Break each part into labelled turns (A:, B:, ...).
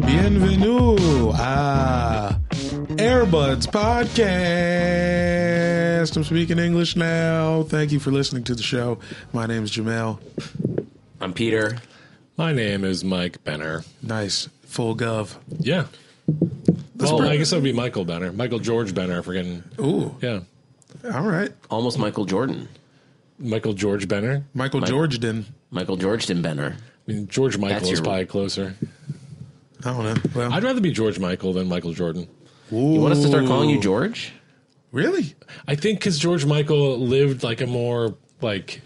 A: Bienvenue à Airbuds Podcast. I'm speaking English now. Thank you for listening to the show. My name is Jamel.
B: I'm Peter.
C: My name is Mike Benner.
A: Nice. Full gov.
C: Yeah. well, I guess that would be Michael Benner. Michael George Benner. Freaking.
A: Ooh.
C: Yeah.
A: All right.
B: Almost Michael Jordan.
C: Michael George Benner.
A: Michael Georgeden.
B: Michael Georgeton Benner.
C: I mean, George Michael
B: That's
C: is
B: your-
C: probably closer.
A: I don't know. Well,
C: I'd rather be George Michael than Michael Jordan.
B: You want us to start calling you George?
A: really?
C: I think because George Michael lived like a more like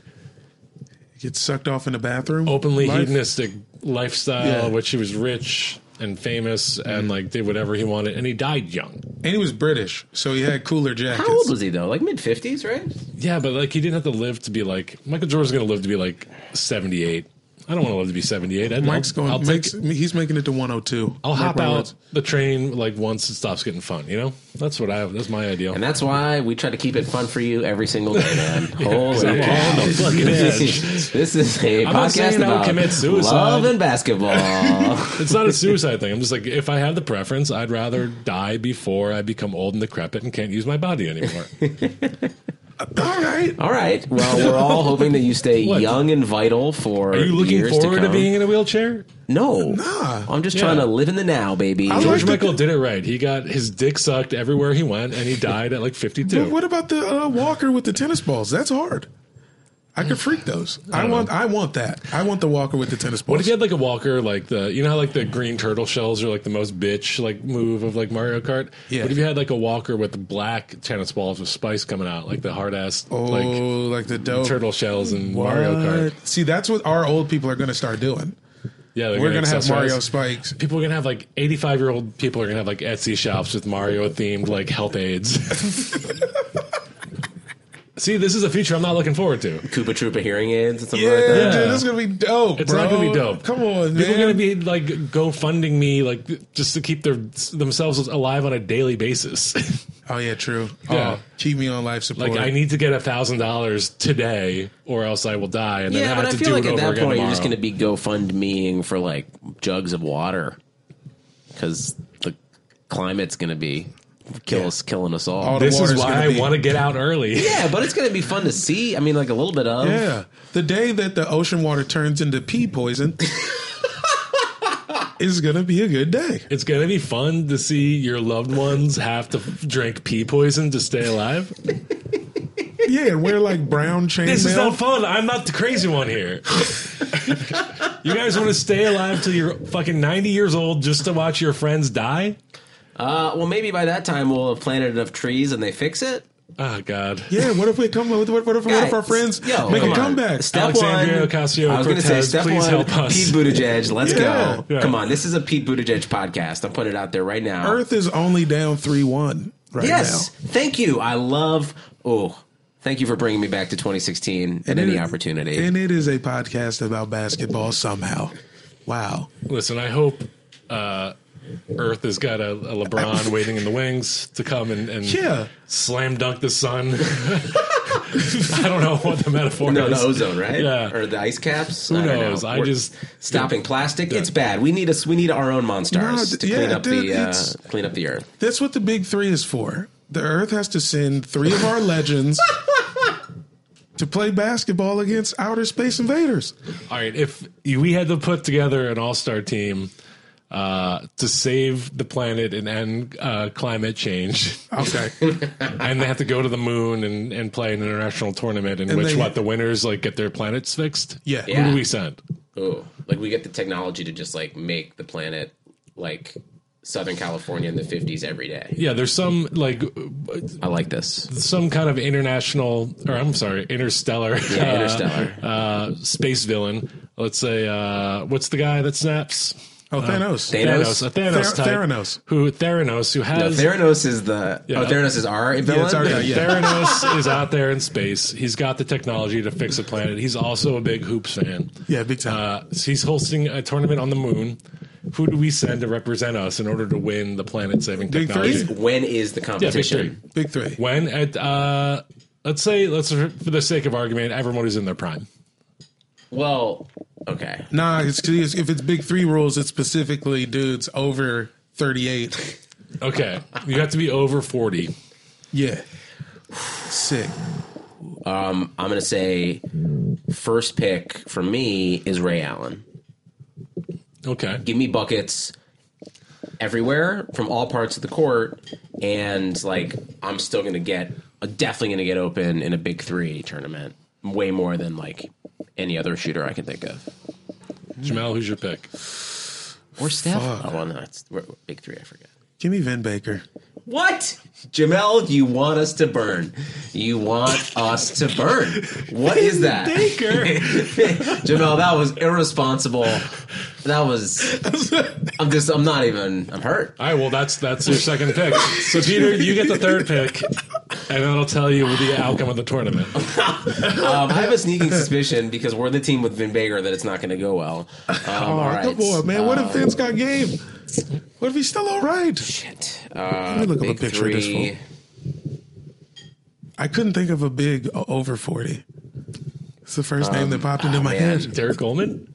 A: Get sucked off in the bathroom?
C: openly
A: Life?
C: hedonistic lifestyle,
A: Yeah. Mm-hmm.
C: which he was rich and famous and like did whatever he wanted, and he died young.
A: And he was British, so he had cooler jackets.
B: How old was he though? Like mid fifties, right?
C: Yeah, but like he didn't have to live to be like Michael Jordan's going to live to be like seventy eight. I don't want to live to be seventy eight.
A: Mike's going.
C: I'll take
A: Mike's, he's making it to 102.
C: I'll
A: Mark
C: hop
A: my
C: out
A: words.
C: the train like once it stops getting fun. You know, that's what I. That's my ideal.
B: And that's why we try to keep it fun for you every single day, man. Holy
C: I'm
B: cow.
C: on the fucking
B: This
C: edge.
B: is- This is a
C: I'm not
B: podcast
C: saying I would
B: about
C: commit suicide.
B: love and basketball.
C: It's not a suicide thing. I'm just like, if I have the preference, I'd rather die before I become old and decrepit and can't use my body anymore.
A: All right.
B: all right. Well, we're all hoping that you stay
C: What?
B: young and vital for.
C: Are you looking
B: years
C: forward to,
B: come.
C: being in a wheelchair?
B: No, I'm just
C: Yeah.
B: trying to live in the now, baby.
A: I
C: George
A: like the-
C: Michael did it right. He got his dick sucked everywhere he went, and he died at like 52.
A: But what about the uh, walker with the tennis balls? That's hard. I could freak those. I, want. I want that. I want the walker with the tennis balls.
C: What if you had like a walker, like the you know how like the green turtle shells are like the most bitch like move of like Mario Kart.
A: Yeah.
C: What if you had like a walker with black tennis balls with spice coming out, like the hard ass
A: oh,
C: like
A: like, the dope
C: turtle shells and Mario Kart?
A: Oh. What? See, that's what our old people are going to start doing.
C: Yeah, they're
A: We're going to have
C: accessorize.
A: Mario spikes.
C: People are gonna have like eighty-five year old people are gonna have like Etsy shops with Mario themed like health aids. See, this is a future I'm not looking forward to.
B: Koopa Troopa hearing aids and something
A: Yeah,
B: like that.
A: dude, this is gonna be dope.
C: It's
A: bro.
C: not gonna be dope.
A: Come on,
C: People
A: man.
C: are gonna be like GoFunding me, like just to keep their themselves alive on a daily basis.
A: oh yeah, true.
C: Yeah.
A: Oh, keep me on life support.
C: Like I need to get a thousand dollars today, or else I will die, and then
B: Yeah,
C: have
B: but I
C: to
B: feel
C: do
B: like at
C: it over
B: that point
C: again
B: you're just going
C: tomorrow.
B: to be GoFundMeing for like jugs of water because the climate's going to be kill us, killing us all.
A: All the
C: This is
A: water's
C: why
A: gonna
C: I
A: be-
C: want to get out early.
B: yeah, but it's going to be fun to see. I mean, like a little bit of.
A: Yeah, the day that the ocean water turns into pea poison is gonna be a good day.
C: It's gonna be fun to see your loved ones have to f- drink pea poison to stay alive.
A: Yeah, and wear like brown
C: This is not
A: chainmail.
C: fun. I'm not the crazy one here. you guys want to stay alive till you're fucking 90 years old just to watch your friends die?
B: Uh, well, maybe by that time we'll have planted enough trees and they fix it.
C: Oh God.
A: Yeah, what if we come? What, what, what if one of our
B: Guys,
A: friends
B: yo,
A: make
B: come
A: a
B: on.
A: comeback?
B: Step
C: Alexandria
B: one.
C: Ocasio-Cortez,
B: I was going to say step
C: please
B: one.
C: help us.
B: Pete Buttigieg, let's
A: Yeah.
B: go. Come on, this is a Pete Buttigieg podcast. I'm putting it out there right now.
A: Earth is only down three one right
B: yes, thank you. I love. Oh, thank you for bringing me back to 2016 at
A: now.
B: any
A: It-
B: opportunity.
A: and it is a podcast about basketball somehow. Wow.
C: Listen, I hope uh, Earth has got a, a LeBron waiting in the wings to come and, and
A: Yeah.
C: slam dunk the sun. I don't know what the metaphor
B: No, the
C: is.
B: ozone, right?
C: Yeah.
B: Or the ice caps.
C: Who
B: I don't
C: knows?
B: know.
C: I
B: We're
C: just-
B: stopping plastic. It's bad. We need us. We need our own monsters
A: No,
B: to
A: yeah,
B: clean up
A: dude,
B: the uh,
A: it's-
B: clean up the earth.
A: That's what the big three is for. The Earth has to send three of our legends to play basketball against outer space invaders.
C: All right, if we had to put together an all-star team uh, to save the planet and end uh, climate change,
A: Okay.
C: and they have to go to the moon and, and play an international tournament in
A: And
C: which
A: they-
C: what the winners like get their planets fixed.
A: Yeah.
C: Who
B: Yeah.
C: do we send?
B: Oh, like we get the technology to just like make the planet like Southern California in the 50s every day.
C: Yeah, there's some like
B: I like this.
C: some kind of international or I'm sorry, interstellar,
B: Yeah, Interstellar.
C: uh, uh, space villain. Let's say uh, what's the guy that snaps?
A: Oh, Thanos.
B: Thanos.
C: Thanos, a Thanos,
A: Thera-
C: type,
A: Theranos.
C: who Theranos, who
B: No,
C: has
B: Theranos is the oh, Theranos is our villain.
A: it's our guy, yeah.
C: Theranos is out there in space. He's got the technology to fix a planet. He's also a big hoops fan.
A: Yeah, big time.
C: Uh, so he's hosting a tournament on the moon. Who do we send to represent us in order to win the planet saving
A: Big
C: technology?
A: three?
B: When is the
C: Yeah, big
B: competition?
C: three.
A: big three.
C: When at uh, let's say let's for the sake of argument, everyone is in their prime.
B: Well, okay.
A: Nah, it's, it's if it's big three rules, it's specifically dudes over thirty eight.
C: Okay, you have to be over forty.
A: Yeah, sick.
B: I'm gonna say first pick for me is Ray Allen.
C: Okay,
B: Give me buckets everywhere from all parts of the court, and like I'm still gonna get I'm definitely gonna get open in a big three tournament way more than like any other shooter I can think of.
C: Jamel, who's your pick?
B: Or Steph? Oh, well, no, it's we're- we're big three. I forget.
A: Give me Vin Baker.
B: What? Jamel, you want us to burn. You want us to burn. What is that? Jamel, that was irresponsible. That was I'm just I'm not even I'm hurt.
C: All right, well that's that's your second pick. So Peter, you get the third pick, and it'll tell you the outcome of the tournament.
B: Um, I have a sneaking suspicion because we're the team with Vin Baker that it's not going to go well. Um,
A: Oh,
B: all right. Uh,
A: come on, man. What if Vin's got game? What if he's still all right?
B: Shit. Uh,
A: Let me look up a
B: big
A: picture of this
B: three.
A: fool. I couldn't think of a big o- over forty. It's the first name that popped into my
B: man.
A: head.
C: Derek Goldman.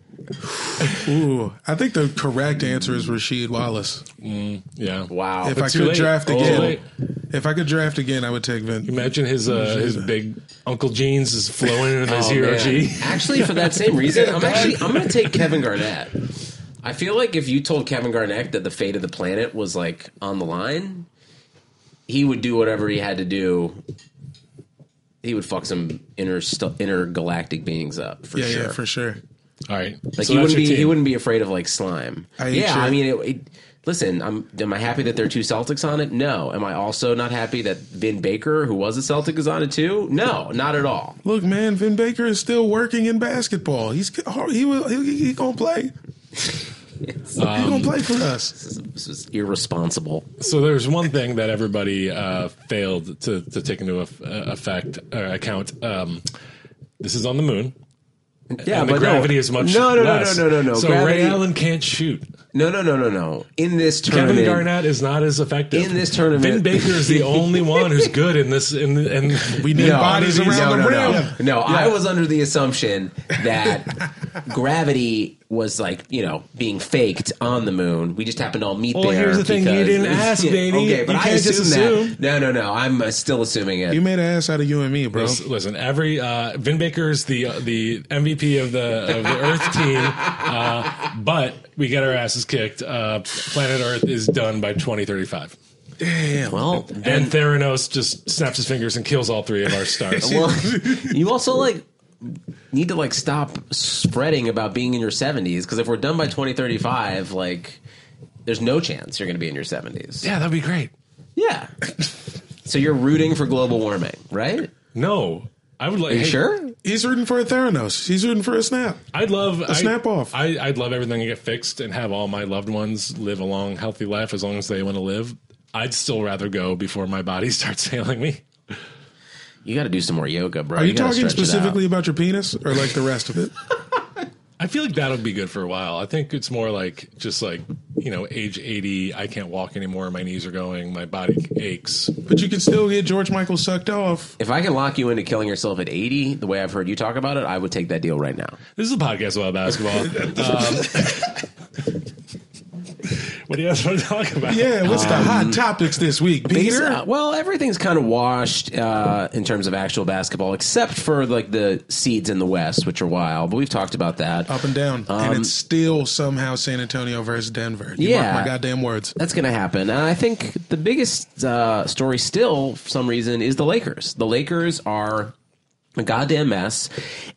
A: Ooh, I think the correct answer is Rasheed Wallace.
C: Yeah.
B: Wow.
A: If
C: But
A: I
C: too
A: could
C: late.
A: draft
C: Oh. Too
A: again,
C: late.
A: if I could draft again, I would take Vin.
C: Imagine his uh, his big Uncle Jeans is flowing in his
B: Oh,
C: zero
B: man.
C: G.
B: Actually, for that same reason, I'm actually I'm going to take Kevin Garnett. I feel like if you told Kevin Garnett that the fate of the planet was like on the line, he would do whatever he had to do. He would fuck some inter intergalactic beings up for
A: Yeah,
B: sure.
A: yeah, for sure.
C: All right.
B: Like
C: so
B: he
C: that's
B: wouldn't be
C: your
B: he
C: team.
B: wouldn't be afraid of like slime.
A: I
B: yeah,
A: sure-
B: I mean, it, it, listen, I'm am I happy that there are two Celtics on it? No. Am I also not happy that Vin Baker, who was a Celtic, is on it too? No, not at all.
A: Look, man, Vin Baker is still working in basketball. He's he will he, he gonna play. he gonna play for us.
B: This is, this is irresponsible.
C: So there's one thing that everybody uh, failed to, to take into eff- uh, effect or account. Um, this is on the moon.
B: Yeah,
C: and the gravity is much
B: no, no,
C: less.
B: no, no, no, no, no.
C: So
B: gravity,
C: Ray Allen can't shoot.
B: no, no, no, no, no. In this tournament,
C: Kevin Garnett is not as effective
B: In this tournament-
C: Finn Baker is the only one who's good in this. In, the- in we
A: need bodies
B: no,
A: around
B: no,
A: the
B: no,
A: rim.
B: No, I was under the assumption that gravity was like you know being faked on the moon. We just happened to all meet
C: Well,
B: there.
C: here's the thing, you
B: because-
C: didn't ask, baby.
B: okay, but
C: You
B: I
C: can't just
B: assume
C: assume.
B: that. No, no, no. I'm uh, still assuming it.
A: You made an ass out of you and me, bro.
C: Listen, listen, every uh, Vin Baker is the uh, the MVP of the of the Earth team, uh, but we get our asses kicked. Uh, planet Earth is done by 2035,
B: well,
C: and Theranos just snaps his fingers and kills all three of our stars.
B: well, you also like need to like stop spreading about being in your 70s because if we're done by 2035, like there's no chance you're going to be in your 70s.
C: yeah, that'd be great.
B: Yeah. so you're rooting for global warming, right?
C: No, I would like.
B: Are you
C: hey,
B: sure?
A: He's rooting for a Theranos. He's rooting for a snap.
C: I'd love a
A: snap off.
C: I, I'd love everything to get fixed and have all my loved ones live a long, healthy life as long as they want to live. I'd still rather go before my body starts failing me.
B: You got to do some more yoga, bro.
A: Are you,
B: gotta
A: talking
B: stretch it out.
A: specifically about your penis or like the rest of it?
C: I feel like that'll be good for a while. I think it's more like just like you know, age eighty, I can't walk anymore. My knees are going. My body aches.
A: but you can still get George Michael sucked off.
B: If I can lock you into killing yourself at 80, the way I've heard you talk about it, I would take that deal right now.
C: This is a podcast about basketball. Um, what do you guys want to talk about?
A: Yeah, what's
C: Um,
A: the hot topics this week,
B: Because,
A: Peter?
B: uh, well, everything's kind of washed uh, in terms of actual basketball, except for like the seeds in the West, which are wild. But we've talked about that.
A: Up and down, and
C: Um,
A: it's still somehow San Antonio versus Denver. You
B: Yeah.
A: mark my goddamn words.
B: That's going to happen. And I think the biggest uh, story still, for some reason, is the Lakers. The Lakers are a goddamn mess,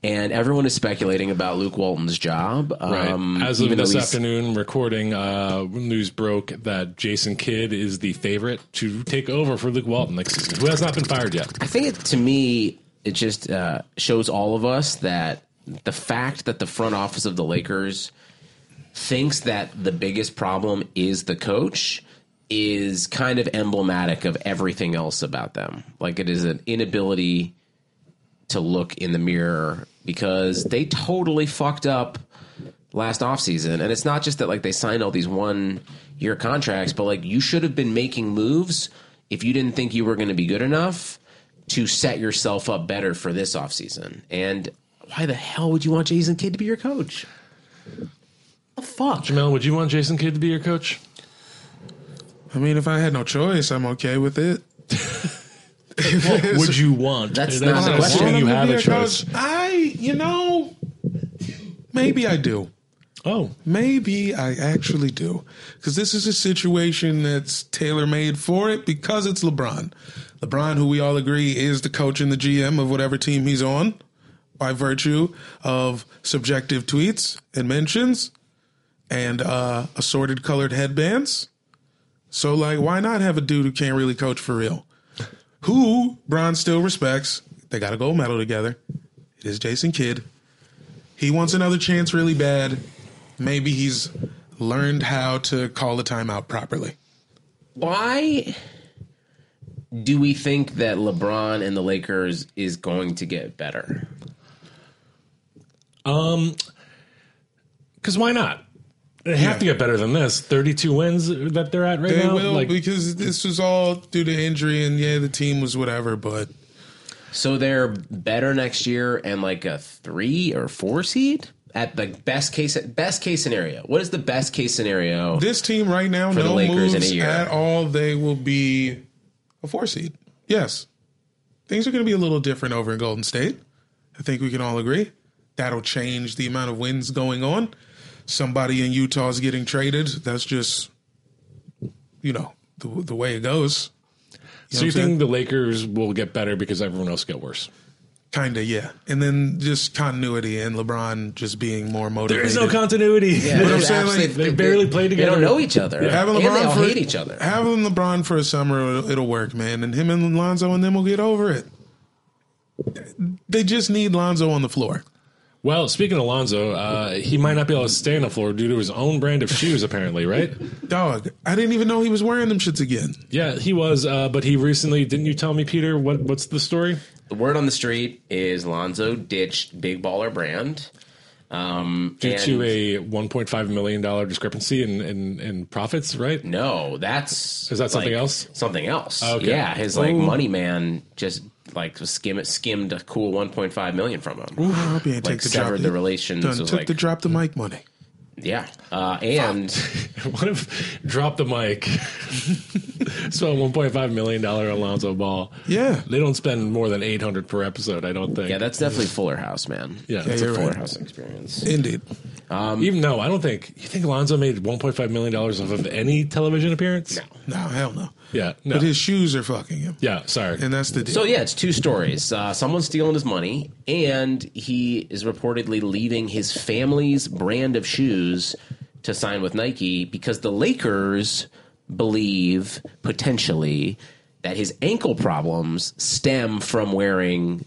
B: and everyone is speculating about Luke Walton's job. Um,
C: As of
B: even though
C: this
B: he's-
C: afternoon recording, uh, news broke that Jason Kidd is the favorite to take over for Luke Walton next season, who has not been fired yet.
B: I think it, to me, it just uh, shows all of us that the fact that the front office of the Lakers thinks that the biggest problem is the coach is kind of emblematic of everything else about them. Like it is an inability to look in the mirror because they totally fucked up last offseason. And it's not just that like they signed all these one year contracts, but like you should have been making moves if you didn't think you were going to be good enough to set yourself up better for this offseason. And why the hell would you want Jason Kidd to be your coach? The fuck?
C: Jamel, would you want Jason Kidd to be your coach?
A: I mean, if I had no choice, I'm okay with it.
C: Would you want?
B: That's not the
A: I
B: question.
A: want
C: You
A: him to
C: have
A: be
C: a choice.
A: coach. I, you know, maybe I do.
C: Oh,
A: Maybe I actually do. Because this is a situation that's tailor made for it because it's LeBron. LeBron, who we all agree is the coach and the GM of whatever team he's on by virtue of subjective tweets and mentions and uh, assorted colored headbands. So, like, why not have a dude who can't really coach for real? Who Bron still respects. They got a gold medal together. It is Jason Kidd. He wants another chance really bad maybe he's learned how to call the timeout properly.
B: why do we think that LeBron and the Lakers is going to get better?
C: because why not? They have to get better than this. Thirty-two wins that they're at right
A: They
C: now.
A: will
C: like,
A: because this was all due to injury, and yeah, the team was whatever. But
B: So they're better next year and like a three or four seed at the best case best case scenario. What is the best case scenario?
A: this team right now,
B: the
A: no
B: Lakers in a
A: moves
B: year.
A: at all. They will be a four seed. Yes, things are going to be a little different over in Golden State. I think we can all agree that'll change the amount of wins going on. Somebody in Utah's getting traded. That's just you know the the way it goes.
C: so you
A: what I'm
C: think the Lakers will get better because everyone else got worse?
A: Kinda, yeah. And then just continuity and LeBron just being more motivated.
C: There is no continuity.
B: Yeah,
A: I'm
B: they're
A: saying,
B: absolutely-
A: like,
C: they barely play
B: They
C: together.
B: don't know each other.
A: Having
B: and
A: LeBron
B: they all
A: for,
B: hate each other.
A: Having LeBron for a summer, it'll, it'll work, man. And him and Lonzo and them will get over it. They just need Lonzo on the floor.
C: Well, speaking of Alonzo, uh, he might not be able to stay on the floor due to his own brand of shoes, apparently, right?
A: Dog, I didn't even know he was wearing them shits again.
C: Yeah, he was, uh, but he recently didn't you tell me, Peter? What what's the story?
B: the word on the street is Lonzo ditched Big Baller Brand. Um,
C: Due
B: and-
C: to a 1.5 million dollar discrepancy in, in in profits, right?
B: no, that's
C: Is that something
B: like,
C: else? Oh,
B: Something else.
C: Okay.
B: Yeah, his like money man just like skim skimmed a cool 1.5 million from him.
A: I hope he ain't
B: Like
A: take the
B: severed
A: drop.
B: the relations.
A: Done,
B: was
A: took
B: like, Hmm.
A: the drop the mic money.
B: yeah, uh, and.
C: What if drop the mic? so 1.5 million dollar Alonzo Ball.
A: Yeah.
C: they don't spend more than 800 per episode, I don't think.
B: Yeah, that's definitely Fuller House, man.
C: Yeah,
B: it's a
A: you're
B: Fuller
A: right.
B: House experience.
A: Indeed.
C: even no, I don't think. You think Alonzo made 1.5 million dollars off of any television appearance? No.
A: No, hell no.
C: Yeah, no.
A: But his shoes are fucking him.
C: yeah, sorry.
A: And that's the deal.
B: So yeah, it's two stories. Uh, someone's stealing his money, and he is reportedly leaving his family's brand of shoes to sign with Nike because the Lakers believe potentially that his ankle problems stem from wearing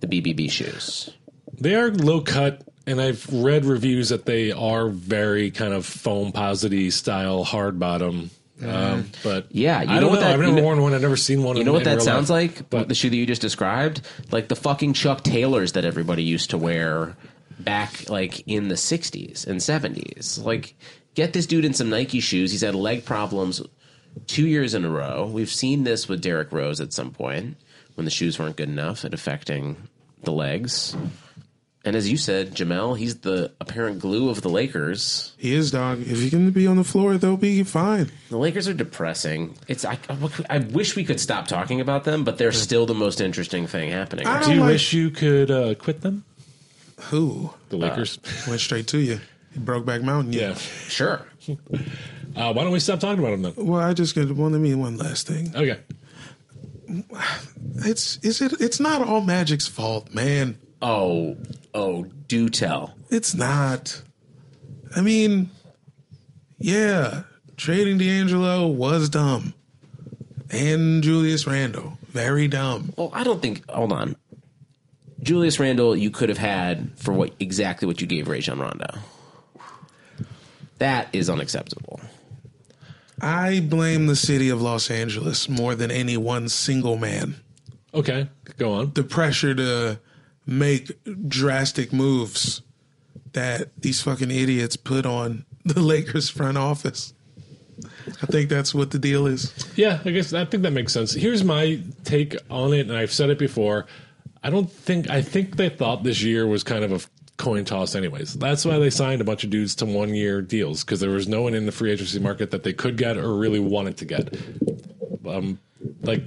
B: the BBB shoes.
C: They are low cut, and I've read reviews that they are very kind of foam posity style hard bottom. Um, but
B: Mm. Yeah, you
C: I
B: know
C: don't
B: what
C: know.
B: that-
C: I've
B: you
C: never
B: know-
C: worn one. I've never seen one.
B: You know what that sounds like?
C: But
B: the shoe that you just described, like the fucking Chuck Taylors that everybody used to wear back, like in the '60s and '70s. Like, get this dude in some Nike shoes. He's had leg problems two years in a row. We've seen this with Derrick Rose at some point when the shoes weren't good enough and affecting the legs. And as you said, Jamel, he's the apparent glue of the Lakers.
A: he is, dog. If he can be on the floor, they'll be fine.
B: The Lakers are depressing. It's I, I wish we could stop talking about them, but they're still the most interesting thing happening.
A: I
B: right
C: do
A: don't
C: you
A: like
C: wish you could uh, quit them?
A: who
C: The Lakers.
A: went straight to you. He broke back mountain. you.
C: yeah.
B: Sure.
C: Uh, why don't we stop talking about them then?
A: Well, I just got one. Let me one last thing.
C: Okay.
A: it's is it it's not all Magic's fault, man.
B: Oh, oh, do tell.
A: It's not. I mean, yeah, trading D'Angelo was dumb, and Julius Randle very dumb.
B: Well, I don't think. Hold on, Julius Randle, you could have had for what exactly what you gave Rajon Rondo. That is unacceptable.
A: I blame the city of Los Angeles more than any one single man.
C: Okay, go on.
A: the pressure to make drastic moves that these fucking idiots put on the Lakers front office. I think that's what the deal is.
C: Yeah, I guess I think that makes sense. Here's my take on it, and I've said it before. I don't think I think they thought this year was kind of a coin toss, anyways. That's why they signed a bunch of dudes to one year deals because there was no one in the free agency market that they could get or really wanted to get. Um, like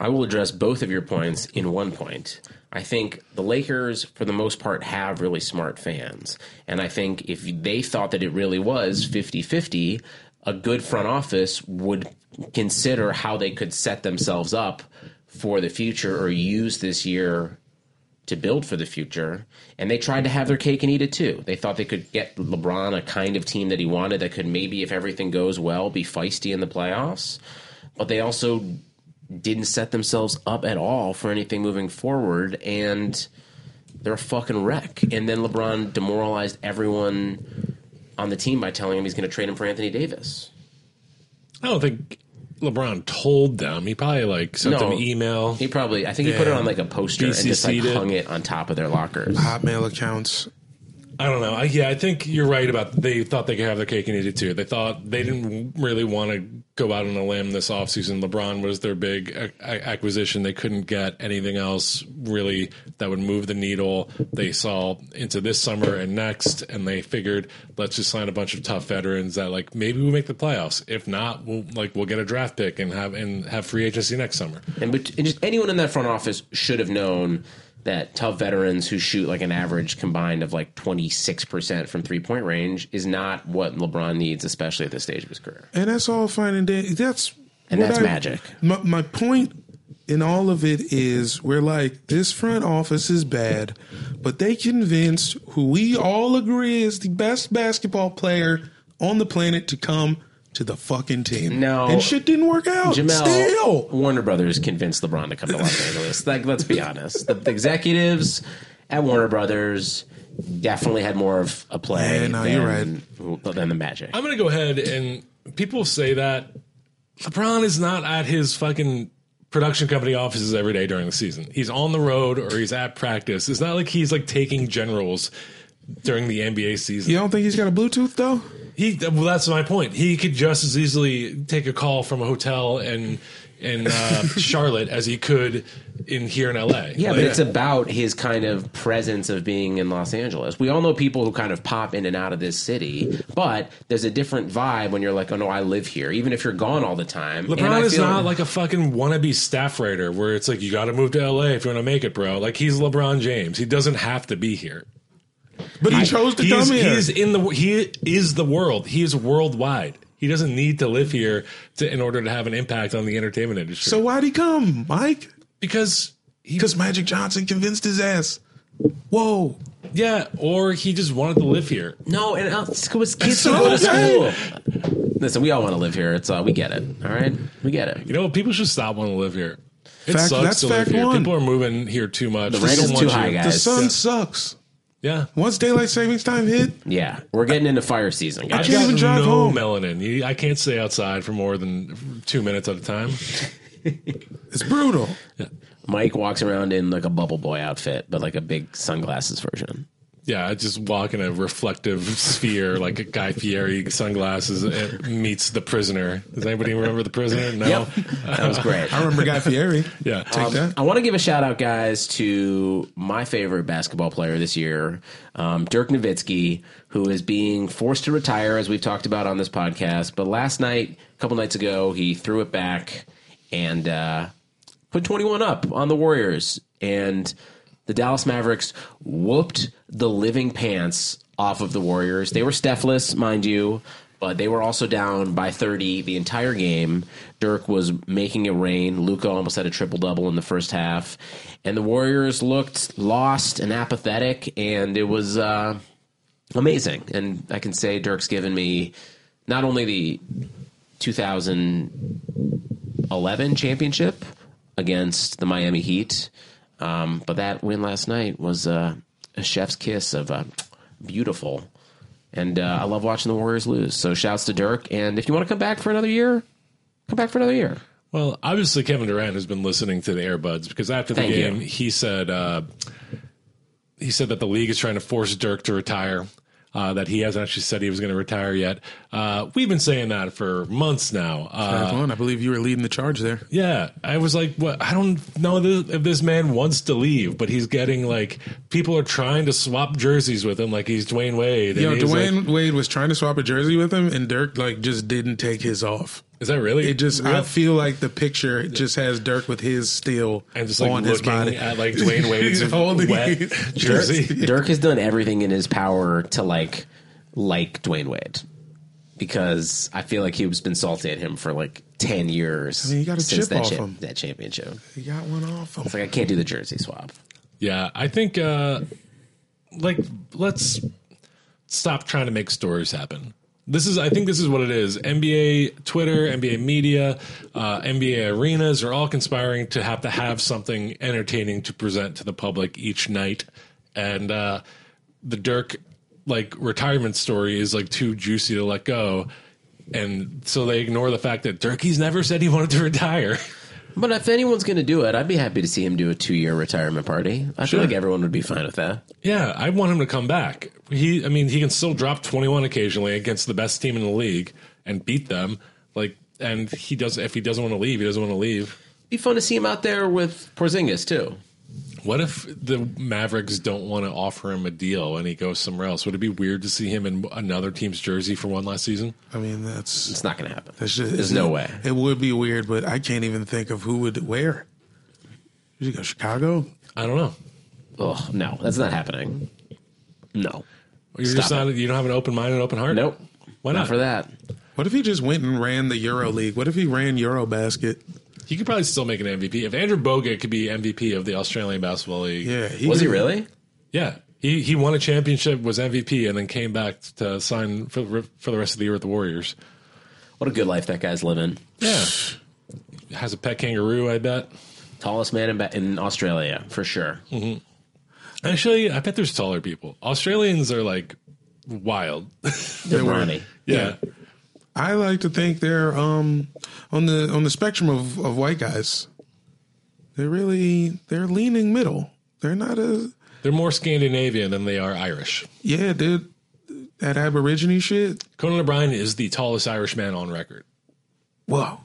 B: I will address both of your points in one point. I think the Lakers, for the most part, have really smart fans. And I think if they thought that it really was 50 50, a good front office would consider how they could set themselves up for the future or use this year to build for the future. And they tried to have their cake and eat it too. They thought they could get LeBron a kind of team that he wanted that could maybe, if everything goes well, be feisty in the playoffs. But they also didn't set themselves up at all for anything moving forward and they're a fucking wreck. And then LeBron demoralized everyone on the team by telling him he's going to trade him for Anthony Davis.
C: I don't think LeBron told them. He probably like sent
B: No.
C: them an email.
B: He probably, I think he put it on like a poster and just like
C: BCC'd it.
B: hung it on top of their lockers.
A: Hotmail accounts.
C: I don't know. I, yeah, I think you're right about they thought they could have their cake and eat it too. They thought they didn't really want to go out on a limb this offseason. LeBron was their big a- a- acquisition. They couldn't get anything else really that would move the needle. They saw into this summer and next, and they figured let's just sign a bunch of tough veterans that like maybe we make the playoffs. If not, we'll like we'll get a draft pick and have and have free agency next summer.
B: And, but, and just anyone in that front office should have known that tough veterans who shoot like an average combined of like 26% from three point range is not what LeBron needs, especially at this stage of his career.
A: And that's all fine and dandy. That's
B: And
A: what
B: that's magic.
A: My, my point in all of it is we're like this front office is bad, but they convinced who we all agree is the best basketball player on the planet to come to the fucking team.
B: No.
A: and shit didn't work out.
B: Jamel
A: Still,
B: Warner Brothers convinced LeBron to come to Los Angeles. Like, let's be honest, the, the executives at Warner Brothers definitely had more of a play
A: Yeah, no,
B: than,
A: you're
B: than the Magic.
C: I'm gonna go ahead and people say that LeBron is not at his fucking production company offices every day during the season. He's on the road or he's at practice. It's not like he's like taking generals during the NBA season.
A: you don't think he's got a Bluetooth though?
C: He well, that's my point. He could just as easily take a call from a hotel and in uh, Charlotte as he could in here in LA.
B: Yeah, but
C: Like,
B: it's about his kind of presence of being in Los Angeles. We all know people who kind of pop in and out of this city, but there's a different vibe when you're like, oh no, I live here, even if you're gone all the time. And I
C: LeBron is
B: feel-
C: not like a fucking wannabe staff writer where it's like you got to move to LA if you want to make it, bro. Like he's LeBron James. He doesn't have to be here.
A: But he chose to
C: he's,
A: come here.
C: he's in the he is the world. He is worldwide. He doesn't need to live here to in order to have an impact on the entertainment industry.
A: so why'd he come, Mike?
C: because he
A: Because Magic Johnson convinced his ass. Whoa.
C: yeah, or he just wanted to live here.
B: no, and uh, it's 'cause kids
A: So
B: who go to
A: okay.
B: school. Listen, we all want to live here. It's uh, we get it. All right, we get it.
C: You know, people should stop wanting to live here. It
A: Fact-
C: sucks
A: that's
C: to live
A: fact
C: here.
A: one.
C: People are moving here too much.
B: The
C: They
B: rent
C: don't
B: is
C: want
B: too
C: you.
B: high, guys.
A: The sun sucks.
C: Yeah.
A: Once daylight savings time hit,
B: Yeah, we're getting into fire season,
C: I
B: guys.
A: can't
C: got
A: even drive
C: no
A: home.
C: melanin. You- I can't stay outside for more than two minutes at a time.
A: it's brutal.
B: Mike walks around in like a bubble boy outfit, but like a big sunglasses version.
C: Yeah, I just walk in a reflective sphere like a Guy Fieri sunglasses and meets the prisoner. Does anybody remember the prisoner? No.
B: Yep, Um, that was great.
A: I remember Guy Fieri.
C: Yeah. Um,
A: Take that.
B: I want to give a shout out, guys, to my favorite basketball player this year, um, Dirk Nowitzki, who is being forced to retire, as we've talked about on this podcast. But last night, a couple nights ago, he threw it back and uh, put 21 up on the Warriors. And the Dallas Mavericks whooped the living pants off of the Warriors. They were Stephless, mind you, But they were also down by 30 the entire game. Dirk was making it rain. Luca almost had a triple double in the first half, and the Warriors looked lost and apathetic. And it was uh, amazing. And I can say Dirk's given me not only the 2011 championship against the Miami Heat, um, but that win last night was uh, a chef's kiss of uh, beautiful. And uh, I love watching the Warriors lose. So shouts to Dirk. And if you want to come back for another year, come back for another year.
C: Well, obviously Kevin Durant has been listening to the Airbuds because after the
B: Thank you.
C: game he said uh, he said that the league is trying to force Dirk to retire. Uh, that he hasn't actually said he was going to retire yet. Uh, we've been saying that for months now. Uh,
A: Vaughn, I believe you were leading the charge there.
C: yeah, I was like, what? I don't know th- if this man wants to leave, but he's getting like people are trying to swap jerseys with him, like he's Dwayne Wade. and
A: Yo,
C: he's like-
A: Dwayne Wade was trying to swap a jersey with him, and Dirk like just didn't take his off.
C: is that really?
A: It just, I
C: Really?
A: feel like the picture just has Dirk with his still
C: and just like
A: on his
C: looking
A: body.
C: at like Dwayne Wade's
A: He's holding
C: wet
A: his
C: jersey.
B: Dirk has done everything in his power to like like Dwayne Wade because I feel like he's been salty at him for like ten years.
A: mean, you got a chip
B: since that,
A: off
B: cha-
A: him.
B: that championship.
A: He got one off him.
B: It's like I can't do the jersey swap.
C: Yeah, I think uh like let's stop trying to make stories happen. This is I think this is what it is. NBA Twitter, NBA media, uh, NBA arenas are all conspiring to have to have something entertaining to present to the public each night. And uh the Dirk like retirement story is like too juicy to let go. And so they ignore the fact that Dirk he's never said he wanted to retire.
B: But if anyone's going to do it, I'd be happy to see him do a two-year retirement party. I feel like everyone would be fine with that.
C: Yeah, I want him to come back. He, I mean, he can still drop 21 occasionally against the best team in the league and beat them. Like, and he does if he doesn't want to leave, he doesn't want to leave.
B: Be fun to see him out there with Porzingis too.
C: What if the Mavericks don't want to offer him a deal and he goes somewhere else? Would it be weird to see him in another team's jersey for one last season?
A: I mean, that's
B: It's not going to happen.
A: that's just
B: There's no way.
A: It would be weird, but I can't even think of who would wear. Did you go Chicago?
C: I don't know.
B: Oh no, that's not happening. No,
C: You're
B: Stop
C: just not, you don't have an open mind and open heart.
B: nope.
C: Why
B: Not
C: not?
B: for that.
A: What if he just went and ran the Euro League? What if he ran EuroBasket?
C: He could probably still make an MVP. If Andrew Bogut could be MVP of the Australian Basketball League,
A: Yeah,
B: Was he
A: could-
B: really?
C: Yeah, he he won a championship, was MVP, and then came back to sign for the- for the rest of the year with the Warriors.
B: What a good life that guy's living.
C: Yeah, has a pet kangaroo, I bet.
B: Tallest man in, ba- in Australia for sure.
C: Actually, I bet there's taller people. Australians are like wild.
B: They're brawny.
C: Yeah,
A: I like to think they're um, on the on the spectrum of, of white guys. They're really they're leaning middle. They're not a
C: they're more Scandinavian than they are Irish.
A: yeah, dude. That Aborigine shit.
C: Conan O'Brien is the tallest Irish man on record.
A: Whoa.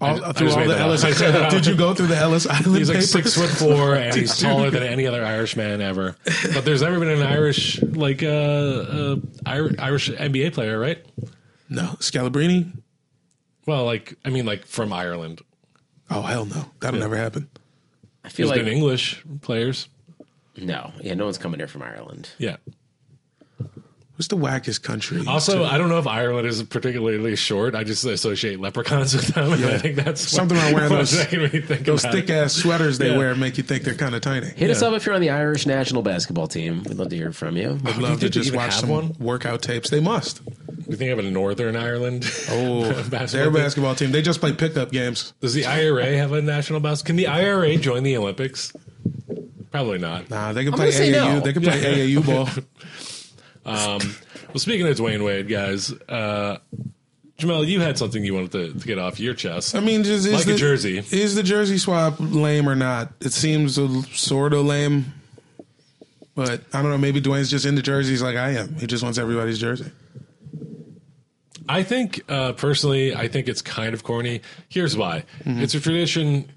A: All, through
C: just
A: all
C: made
A: the
C: that up.
A: Ellis
C: I said that.
A: Did you go through the Ellis Island?
C: He's like
A: papers?
C: six foot four, and he's taller than any other Irish man ever. But there's never been an Irish like uh, uh Ir- Irish NBA player, right?
A: No, Scalabrini.
C: Well, like I mean, like from Ireland.
A: Oh hell no, that'll never happen.
B: I feel
C: There's
B: like
C: been English players.
B: no. Yeah, no one's coming here from Ireland.
C: Yeah.
A: What's the wackest country?
C: Also, I don't know if Ireland is particularly short. I just associate leprechauns with them. and I think that's
A: Something about wearing
C: what
A: those-
C: making me think
A: those
C: about
A: thick
C: it.
A: ass sweaters they
C: Yeah.
A: wear make you think they're kind of tiny.
B: Hit us up if you're on the Irish national basketball team. We'd love to hear from you.
A: I'd love to
C: think they
A: just
C: even
A: watch
C: have
A: some
C: one?
A: workout tapes. They must.
C: You think of a Northern Ireland?
A: Oh, their
C: team?
A: basketball team. They just play pickup games.
C: Does the IRA have a national basketball? Can the IRA join the Olympics? Probably not.
A: Nah, they can
B: I'm
A: play
B: gonna say
A: AAU.
B: no.
A: They can play AAU ball.
C: Um, Well, speaking of Dwayne Wade, guys, uh, Jamel, you had something you wanted to, to get off your chest.
A: I mean, just is
C: Like a
A: the,
C: jersey.
A: Is the jersey swap lame or not? It seems a, sort of lame, but I don't know. Maybe Dwayne's just into jerseys like I am. He just wants everybody's jersey.
C: I think uh, personally, I think it's kind of corny. Here's
B: Mm-hmm.
C: why: it's a tradition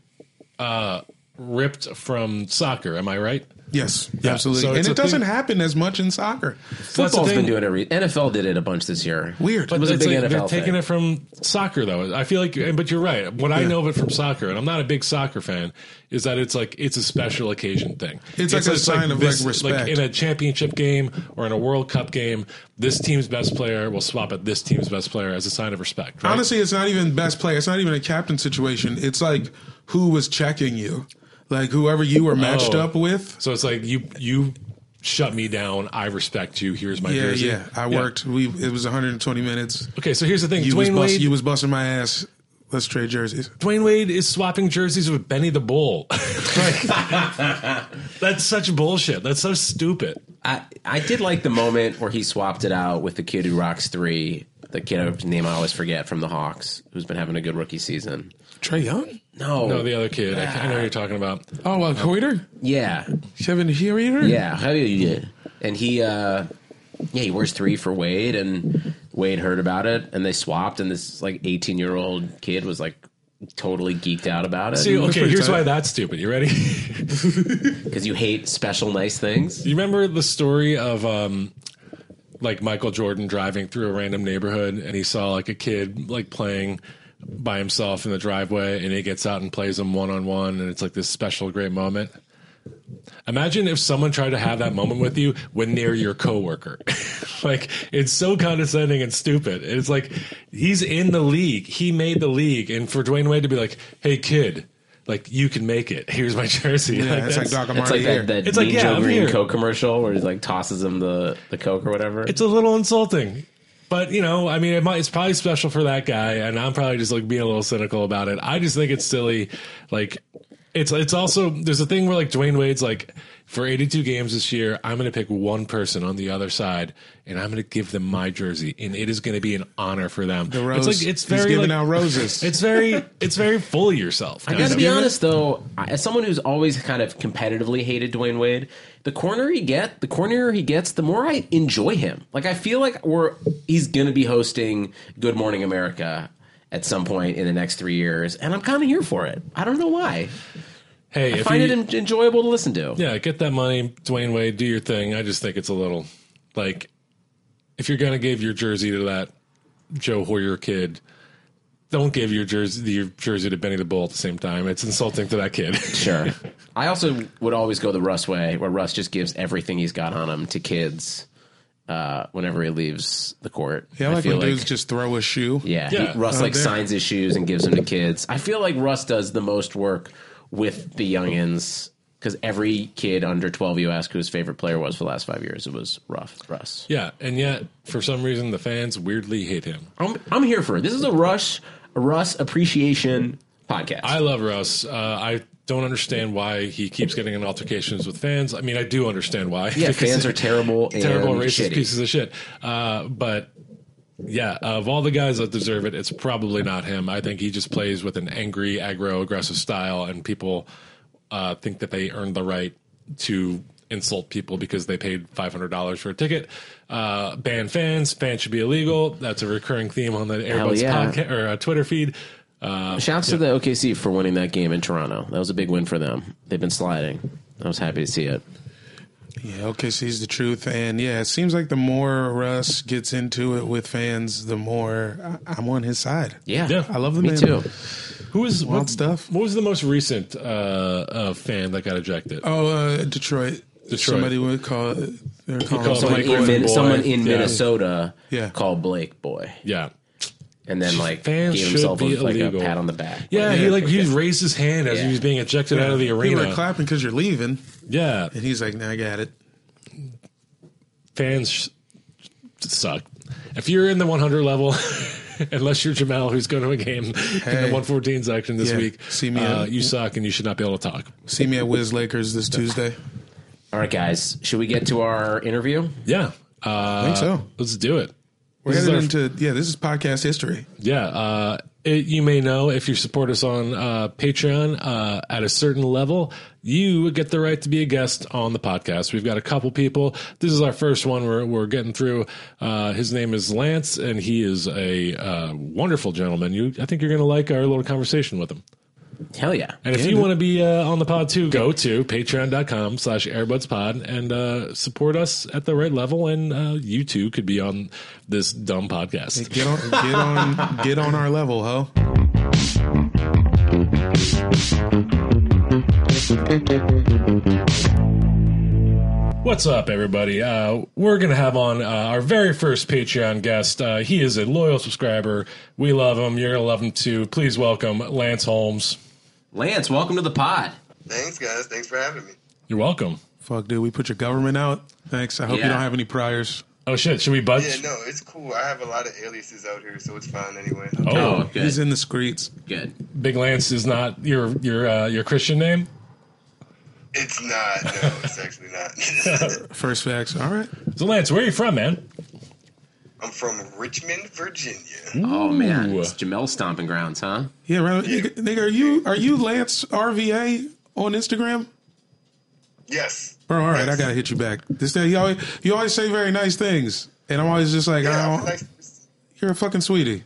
C: uh, ripped from soccer. Am I right?
A: Yes,
C: Yeah,
A: absolutely.
C: so
A: and
C: it's
A: it
C: a thing-
A: doesn't happen as much in soccer.
C: That's the
B: Football's been
C: thing.
B: doing it. Re- NFL did it a bunch this year.
A: Weird.
B: It was a
C: that's
B: big
C: like they're
B: NFL
C: taking
B: thing.
C: it from soccer though. I feel like, but you're right. What I
A: Yeah.
C: know of it from soccer, and I'm not a big soccer fan, is that it's like it's a special occasion thing.
A: It's like a sign of, like, respect.
C: in a championship game or in a World Cup game, this team's best player will swap at this team's best player as a sign of respect. Right?
A: Honestly, it's not even best play. It's not even a captain situation. It's like who was checking you, like whoever you were matched
C: Oh.
A: up with.
C: so it's like you you shut me down. I respect you. Here's my
A: Yeah,
C: jersey.
A: yeah. I worked. We it was 120 minutes.
C: Okay, so here's the thing.
A: You was
C: Dwayne
A: bust,
C: Wade.
A: you was busting my ass. Let's trade jerseys.
C: Dwayne Wade is swapping jerseys with Benny the Bull. like, that's such bullshit. That's so stupid.
B: I, I did like the moment where he swapped it out with the kid who rocks three, the kid whose name I always forget from the Hawks, who's been having a good rookie season.
A: Trey Young?
B: No,
C: No, the other kid. I, I know who you're talking about.
A: Oh, uh, Coiter?
B: yeah,
A: Kevin Heater?
B: yeah, how do you get? And he, uh, yeah, he wears three for Wade, and Wade heard about it, and they swapped, and this like 18 year old kid was like totally geeked out about
C: See,
B: it
C: okay,
A: pretty
C: here's
A: tight.
C: why that's stupid. You ready?
B: because you hate special nice things.
C: you remember the story of um like Michael Jordan driving through a random neighborhood and he saw like a kid like playing by himself in the driveway and he gets out and plays him one on one and it's like this special great moment. Imagine if someone tried to have that moment with you when they're your coworker. like it's so condescending and stupid. It's like he's in the league. He made the league. And for Dwayne Wade to be like, hey kid, like you can make it. Here's my jersey.
A: Yeah,
C: Like,
A: it's like
C: that's-
A: Doc, I'm
B: It's
A: already
B: like
A: here.
B: that, that
C: It's like,
B: Mean
C: yeah,
B: Joe
C: I'm
B: Green
C: here.
B: Coke commercial where he like tosses him the, the Coke or whatever.
C: it's a little insulting. But you know, I mean, it might, it's probably special for that guy, and I'm probably just like being a little cynical about it. I just think it's silly. Like, it's it's also there's a thing where like Dwayne Wade's like for 82 games this year, I'm going to pick one person on the other side, and I'm going to give them my jersey, and it is going to be an honor for them.
A: The rose.
C: It's like it's
A: He's
C: very
A: giving
C: like,
A: out roses.
C: It's very it's very full of yourself.
B: I gotta be honest though, I- as someone who's always kind of competitively hated Dwayne Wade, the corner he get, the cornier he gets, the more I enjoy him. Like I feel like we're he's gonna be hosting Good Morning America at some point in the next three years, and I'm kind of here for it. I don't know why.
C: hey,
B: I
C: if
B: find
C: you,
B: it en- enjoyable to listen to.
C: Yeah, get that money, Dwayne Wade. Do your thing. I just think it's a little like if you're gonna give your jersey to that Joe Hoyer kid, don't give your jersey your jersey to Benny the Bull at the same time. It's insulting to that kid.
B: Sure. I also would always go the Russ way, where Russ just gives everything he's got on him to kids uh, whenever he leaves the court.
A: Yeah, I like
B: feel
A: when dudes just throw a shoe.
B: Yeah, he-
C: Yeah.
B: Russ
A: Oh,
B: like
A: there.
B: signs his shoes and gives them to kids. I feel like Russ does the most work with the youngins because every kid under twelve you ask who his favorite player was for the last five years, it was rough Russ.
C: yeah, and yet for some reason the fans weirdly hate him.
B: I'm I'm here for it. This is a Rush a Russ appreciation podcast.
C: I love Russ. Uh, I don't understand why he keeps getting in altercations with fans. I mean, I do understand why.
B: yeah,
C: Because-
B: fans are terrible,
C: terrible
B: and
C: racist
B: shitty.
C: pieces of shit. Uh, but yeah, of all the guys that deserve it, it's probably not him. I think he just plays with an angry, aggro, aggressive style, and people uh, think that they earned the right to insult people because they paid five hundred dollars for a ticket. Uh, ban fans. Fans should be illegal. That's a recurring theme on the
B: Hell
C: Airbuds
B: yeah.
C: podcast or uh, Twitter feed. Uh,
B: Shouts to the OKC for winning that game in Toronto. That was a big win for them. They've been sliding. I was happy to see it.
A: Yeah, okay, sees the truth. And yeah, it seems like the more Russ gets into it with fans, the more I- I'm on his side.
B: Yeah,
C: Yeah,
A: I love the
B: me
A: man.
B: too.
C: who was
A: Wild
C: what,
A: stuff.
C: What was the most recent uh, uh, fan that got ejected?
A: Oh, uh, Detroit.
C: Detroit.
A: Somebody would call it. They're calling
C: called
A: it
B: Someone
C: Blake
B: in,
C: Boy.
B: Min- someone in
C: Yeah.
B: Minnesota
A: Yeah.
B: called Blake boy.
C: Yeah.
B: and then like
C: Fans
B: gave
C: should
B: himself a,
C: be
B: like a
C: illegal.
B: pat on the back.
C: Yeah,
B: Like,
C: he like he raised his hand as
B: Yeah.
C: he was being ejected out of the
A: People
C: arena.
A: are clapping because you're leaving,
C: yeah,
A: and he's like, "Nah, I got it."
C: fans sh- suck. If you're in the 100 level, unless you're Jamal, who's going to a game in the
A: Hey.
C: 114 section this
A: Yeah.
C: week,
A: See me
C: uh,
A: out.
C: you suck and you should not be able to talk.
A: See me at Wiz Lakers this Tuesday.
B: All right, guys, should we get to our interview?
C: Yeah, uh, I
A: think so.
C: Let's do it.
A: We're
C: This is
A: headed
C: our-
A: into yeah. This is podcast history.
C: Yeah. Uh, it, you may know if you support us on uh, Patreon uh, at a certain level, you get the right to be a guest on the podcast. We've got a couple people. This is our first one we're, we're getting through. Uh, his name is Lance, and he is a uh, wonderful gentleman. You, I think you're going to like our little conversation with him.
B: Hell yeah.
C: And if you want to be uh, on the pod too, go to patreon.com slash airbudspod and uh, support us at the right level. And uh, you too could be on this dumb podcast.
A: Get on, get on, get on our level, ho.
C: What's up, everybody? Uh, we're going to have on uh, our very first Patreon guest. Uh, he is a loyal subscriber. We love him. You're going to love him too. Please welcome Lance Holmes.
B: Lance, welcome to the pod.
D: Thanks, guys. Thanks for having me.
C: You're welcome.
A: Fuck, dude, we put your government out. Thanks. I hope you
B: Yeah.
A: don't have any priors.
C: Oh, shit. Should we budge?
D: Yeah, no, it's cool. I have a lot of aliases out here, so it's fine anyway.
C: Oh,
B: good.
A: He's in the streets.
B: good.
C: Big Lance is not your your uh, your Christian name.
D: It's not. No, it's actually not.
A: First facts. All right.
C: So, Lance, where are you from, man?
D: I'm from Richmond,
A: Hmm?
D: Virginia.
B: Oh, man. It's Jamel stomping grounds, huh?
A: Yeah, right. Nigga, nigga, are you are you Lance RVA on Instagram?
D: Yes.
A: Bro, all right, I gotta hit you back. This day, you always you always say very nice things, and I'm always just like,
D: Yeah,
A: I
D: I'm
A: don't,
D: like,
A: you're a fucking sweetie.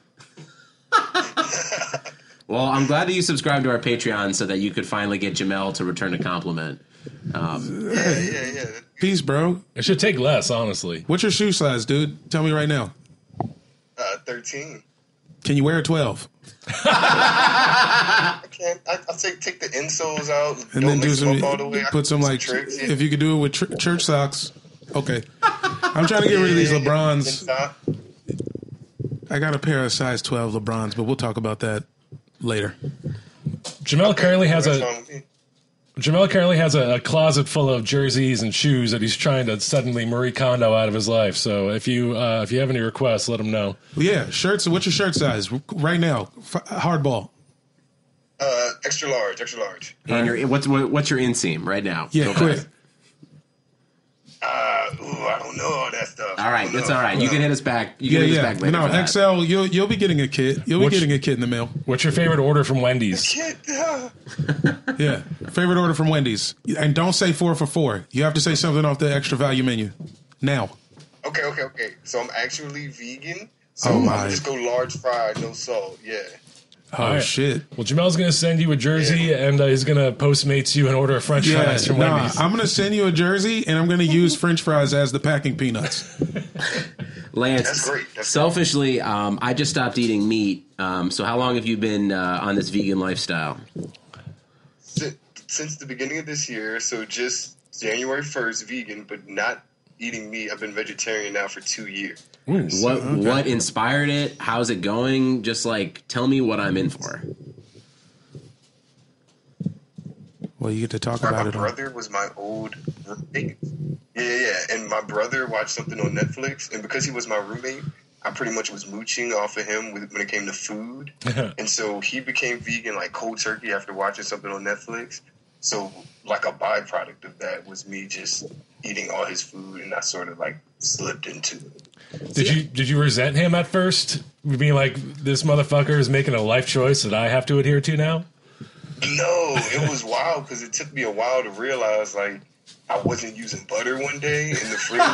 B: Well, I'm glad that you subscribed to our Patreon so that you could finally get Jamel to return a compliment.
D: yeah, yeah, yeah.
A: Peace, bro.
C: It should take less, honestly.
A: What's your shoe size, dude? Tell me right now.
D: Uh, 13.
A: Can you wear a twelve?
D: I can't. I, I'll take take the insoles out.
A: And
D: don't
A: then do
D: mix them
A: some,
D: up all the way. I can
A: put some
D: do
A: like,
D: tricks.
A: if you could do it with tr- church socks. Okay, I'm trying to get rid of these
D: Yeah,
A: Lebrons.
D: yeah, yeah.
A: I got a pair of size twelve Lebrons, but we'll talk about that later.
C: Jamel currently has
D: That's
C: a
D: on me.
C: Jamel currently has a, a closet full of jerseys and shoes that he's trying to suddenly Marie Kondo out of his life. So if you uh, if you have any requests, let him know.
A: Yeah, shirts. What's your shirt size right now? F- hardball.
D: Uh, extra large, extra large.
B: And your what's what, what's your inseam right now?
A: Yeah,
B: Go
A: quick.
B: back.
D: Uh, ooh, I don't know all that stuff.
B: All right, that's all right. You can hit us back. You
A: Yeah,
B: can hit us
A: yeah.
B: back later. for
A: No,
B: that.
A: XL. You'll you'll be getting a kit. You'll be
C: Which-
A: getting a kit in the mail.
C: What's your favorite order from Wendy's?
D: Kid, uh,
A: Yeah. Favorite order from Wendy's. And don't say four for four. You have to say something off the extra value menu. Now.
D: Okay, okay, okay. So I'm actually vegan. So
A: Oh, my.
D: I'll just go large fried, no salt. Yeah.
A: Oh
C: right.
A: shit.
C: Well, Jamel's going to send you a jersey, and uh, he's going to postmates you an order of French
A: Yeah,
C: fries from
A: nah,
C: Wendy's.
A: I'm gonna send you a jersey and I'm gonna use French fries as the packing peanuts.
B: Lance,
D: That's great. That's
B: selfishly, Um, I just stopped eating meat. Um, so how long have you been uh, on this vegan lifestyle?
D: Si- Since the beginning of this year, so just January 1st, vegan, but not eating meat. I've been vegetarian now for two years.
B: What what inspired it? How's it going? Just like tell me what I'm in for.
A: Well, you get to talk
D: My
A: about it. All.
D: brother was my old roommate. Yeah, yeah, yeah. And my brother watched something on Netflix, and because he was my roommate, I pretty much was mooching off of him with, when it came to food. and so he became vegan like cold turkey after watching something on Netflix. So, like a byproduct of that was me just eating all his food, and I sort of like slipped into it.
C: Did you did you resent him at first? Being like, this motherfucker is making a life choice that I have to adhere to now.
D: No, it was wild because it took me a while to realize like I wasn't using butter one day in the fridge. I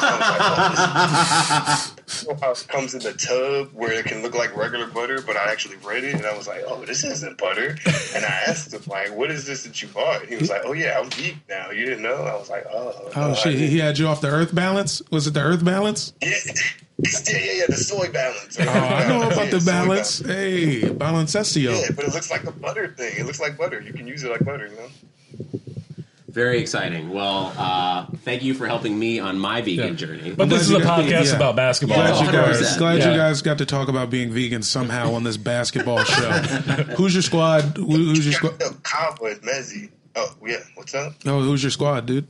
D: was like, oh, this you know how it comes in the tub where it can look like regular butter, but I actually read it and I was like, oh, this isn't butter. And I asked him like, what is this that you bought? And he was like, oh yeah, I'm vegan now. You didn't know? I was like, oh,
A: Oh
D: no, I
A: shit, he
D: didn't."
A: he had you off the earth balance? Was it the earth balance?
D: Yeah, yeah, yeah, yeah, the soy balance.
A: Oh, I know about the
D: soy
A: balance. Hey, balancesio.
D: Yeah, but it looks like a butter thing. It looks like butter. You can use it like butter, you know?
B: Very exciting. Well, uh, thank you for helping me on my vegan journey.
C: But this is a
A: glad you got-
C: podcast
A: yeah.
C: about basketball.
B: Yeah,
A: Glad you guys,
B: 100%.
A: glad
C: Yeah.
A: you guys got to talk about being vegan somehow on this basketball show. who's your squad? Who- Who's your squad?
D: Yo, Kava and Mezzi. Oh, yeah. What's up?
A: No, who's your squad, dude?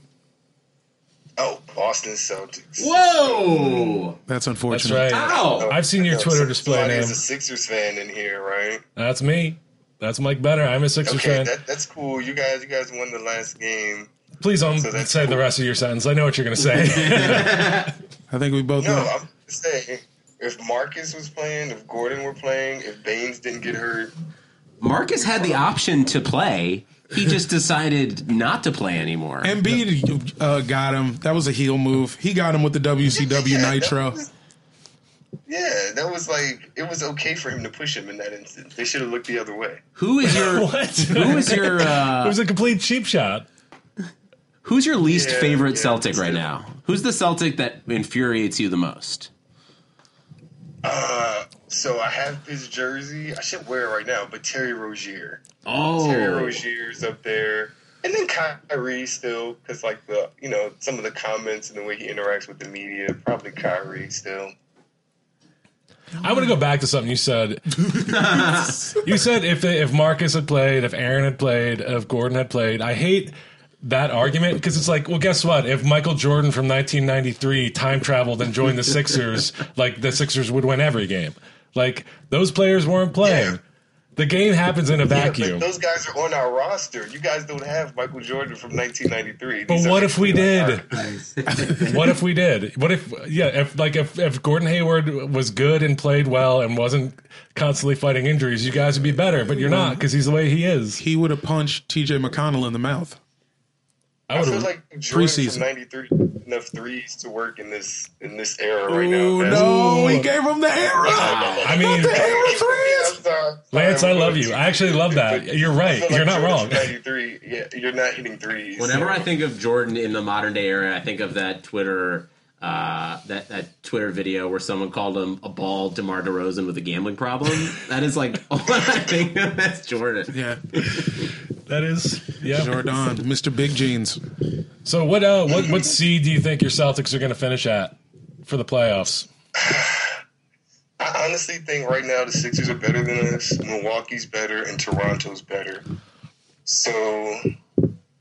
D: Oh, Boston Celtics. Oh,
B: Whoa!
A: That's
C: That's
A: unfortunate.
C: right.
B: Ow!
C: I've seen your
D: So
C: Twitter display
D: somebody
C: name.
D: is a Sixers fan in here, right?
C: That's me. That's Mike Benner. I'm a Sixers
D: Okay,
C: fan.
D: that, that's cool. You guys, you guys won the last game.
C: Please don't
D: so that's
C: say the rest of your sentence. I know what you're going to say.
A: I think we both
D: No,
A: know.
D: I'm just saying. If Marcus was playing, if Gordon were playing, if Baines didn't get hurt,
B: Marcus had the option to play. He just decided not to play anymore.
A: Embiid uh, got him. That was a heel move. He got him with the WCW
D: Yeah, that
A: Nitro.
D: was- Yeah, that was like it was okay for him to push him in that instance. They should have looked the other way.
B: Who is your
C: What?
B: who is your
C: it
B: uh,
C: was a complete cheap shot.
B: who's your least
D: Yeah,
B: favorite
D: yeah,
B: Celtic
D: that's
B: right
D: it.
B: now? Who's the Celtic that infuriates you the most?
D: So I have his jersey. I should wear it right now, but Terry Rozier. Terry
B: Oh,
D: Rozier's up there, and then Kyrie still because like the you know some of the comments and the way he interacts with the media. Probably Kyrie still.
C: I want to go back to something you said. you said if they, if Marcus had played, if Aaron had played, if Gordon had played, I hate that argument because it's like, well, guess what? If Michael Jordan from 1993 time traveled and joined the Sixers, like the Sixers would win every game. Like those players weren't playing.
D: Yeah.
C: The game happens in a
D: Yeah,
C: vacuum.
D: but those guys are on our roster. You guys don't have Michael Jordan from 1993.
C: But
D: These are
C: what if we
D: actually
C: did? what if we did? What if yeah, if like if, if Gordon Hayward was good and played well and wasn't constantly fighting injuries, you guys would be better, but you're not because he's the way he is.
A: He would have punched T.J. McConnell in the mouth.
C: I
D: I
C: would
D: feel
C: have
D: like Jordan
A: Preseason.
D: from '93 enough threes to work in this in this era right
A: Oh,
D: now.
A: no, he gave him the era.
C: I mean
A: The era threes.
C: Lance, I love you. I actually love that. You're right. You're not wrong.
D: Ninety-three. Yeah, you're not hitting threes.
B: Whenever
D: so-
B: I think of Jordan in the modern day era, I think of that Twitter uh, that that Twitter video where someone called him a bald Demar Derozan with a gambling problem. that is like all I think of that's Jordan.
A: Yeah,
C: That is yeah.
A: Jordan, Mr. Big Jeans.
C: So what uh what what seed do you think your Celtics are gonna finish at for the playoffs?
D: I honestly think right now the Sixers are better than us. Milwaukee's better, and Toronto's better. So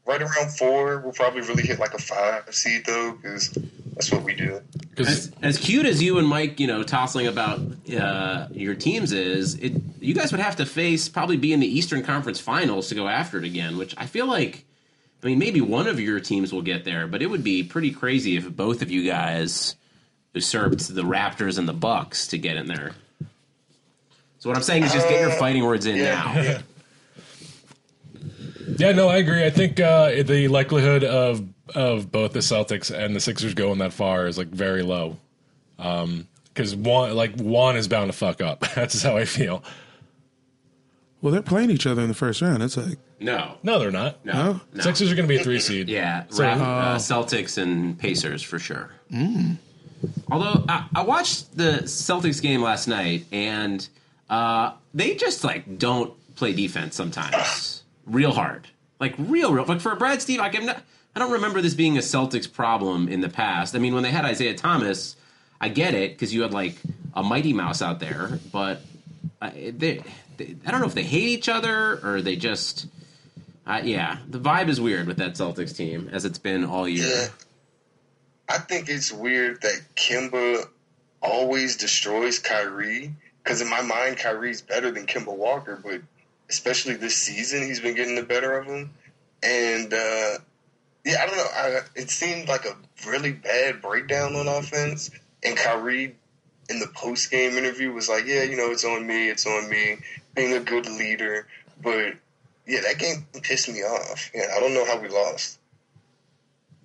D: right around four, we'll probably really hit like a five seed though, because that's what we do.
C: Because
B: As, as cute as you and Mike, you know, tossing about uh, your teams is, it you guys would have to face probably be in the Eastern Conference Finals to go after it again, which I feel like. I mean, maybe one of your teams will get there, but it would be pretty crazy if both of you guys usurped the Raptors and the Bucks to get in there. So what I'm saying is, just get your fighting words in
D: Yeah,
B: now.
D: yeah.
C: yeah, no, I agree. I think uh, the likelihood of of both the Celtics and the Sixers going that far is like very low. Because one like one is bound to fuck up. That's just how I feel.
A: Well, they're playing each other in the first round. It's like
B: No,
C: No, they're not.
B: no,
A: No?
B: no.
C: Sixers are gonna be a three seed.
B: Yeah, Rap- uh, Celtics and Pacers for sure. Although I, I watched the Celtics game last night, and uh, they just like don't play defense sometimes, real hard, like real, real. Like for Brad Steve, I can. I don't remember this being a Celtics problem in the past. I mean, when they had Isaiah Thomas, I get it because you had like a Mighty Mouse out there, but I, they, they, I don't know if they hate each other or they just. Uh, yeah, the vibe is weird with that Celtics team as it's been all year.
D: Yeah. I think it's weird that Kimba always destroys Kyrie because in my mind Kyrie's better than Kimba Walker, but especially this season he's been getting the better of him. And uh, yeah, I don't know. I, it seemed like a really bad breakdown on offense, and Kyrie in the post game interview was like, "Yeah, you know, it's on me. It's on me. Being a good leader." But yeah, that game pissed me off. Yeah, I don't know how we lost.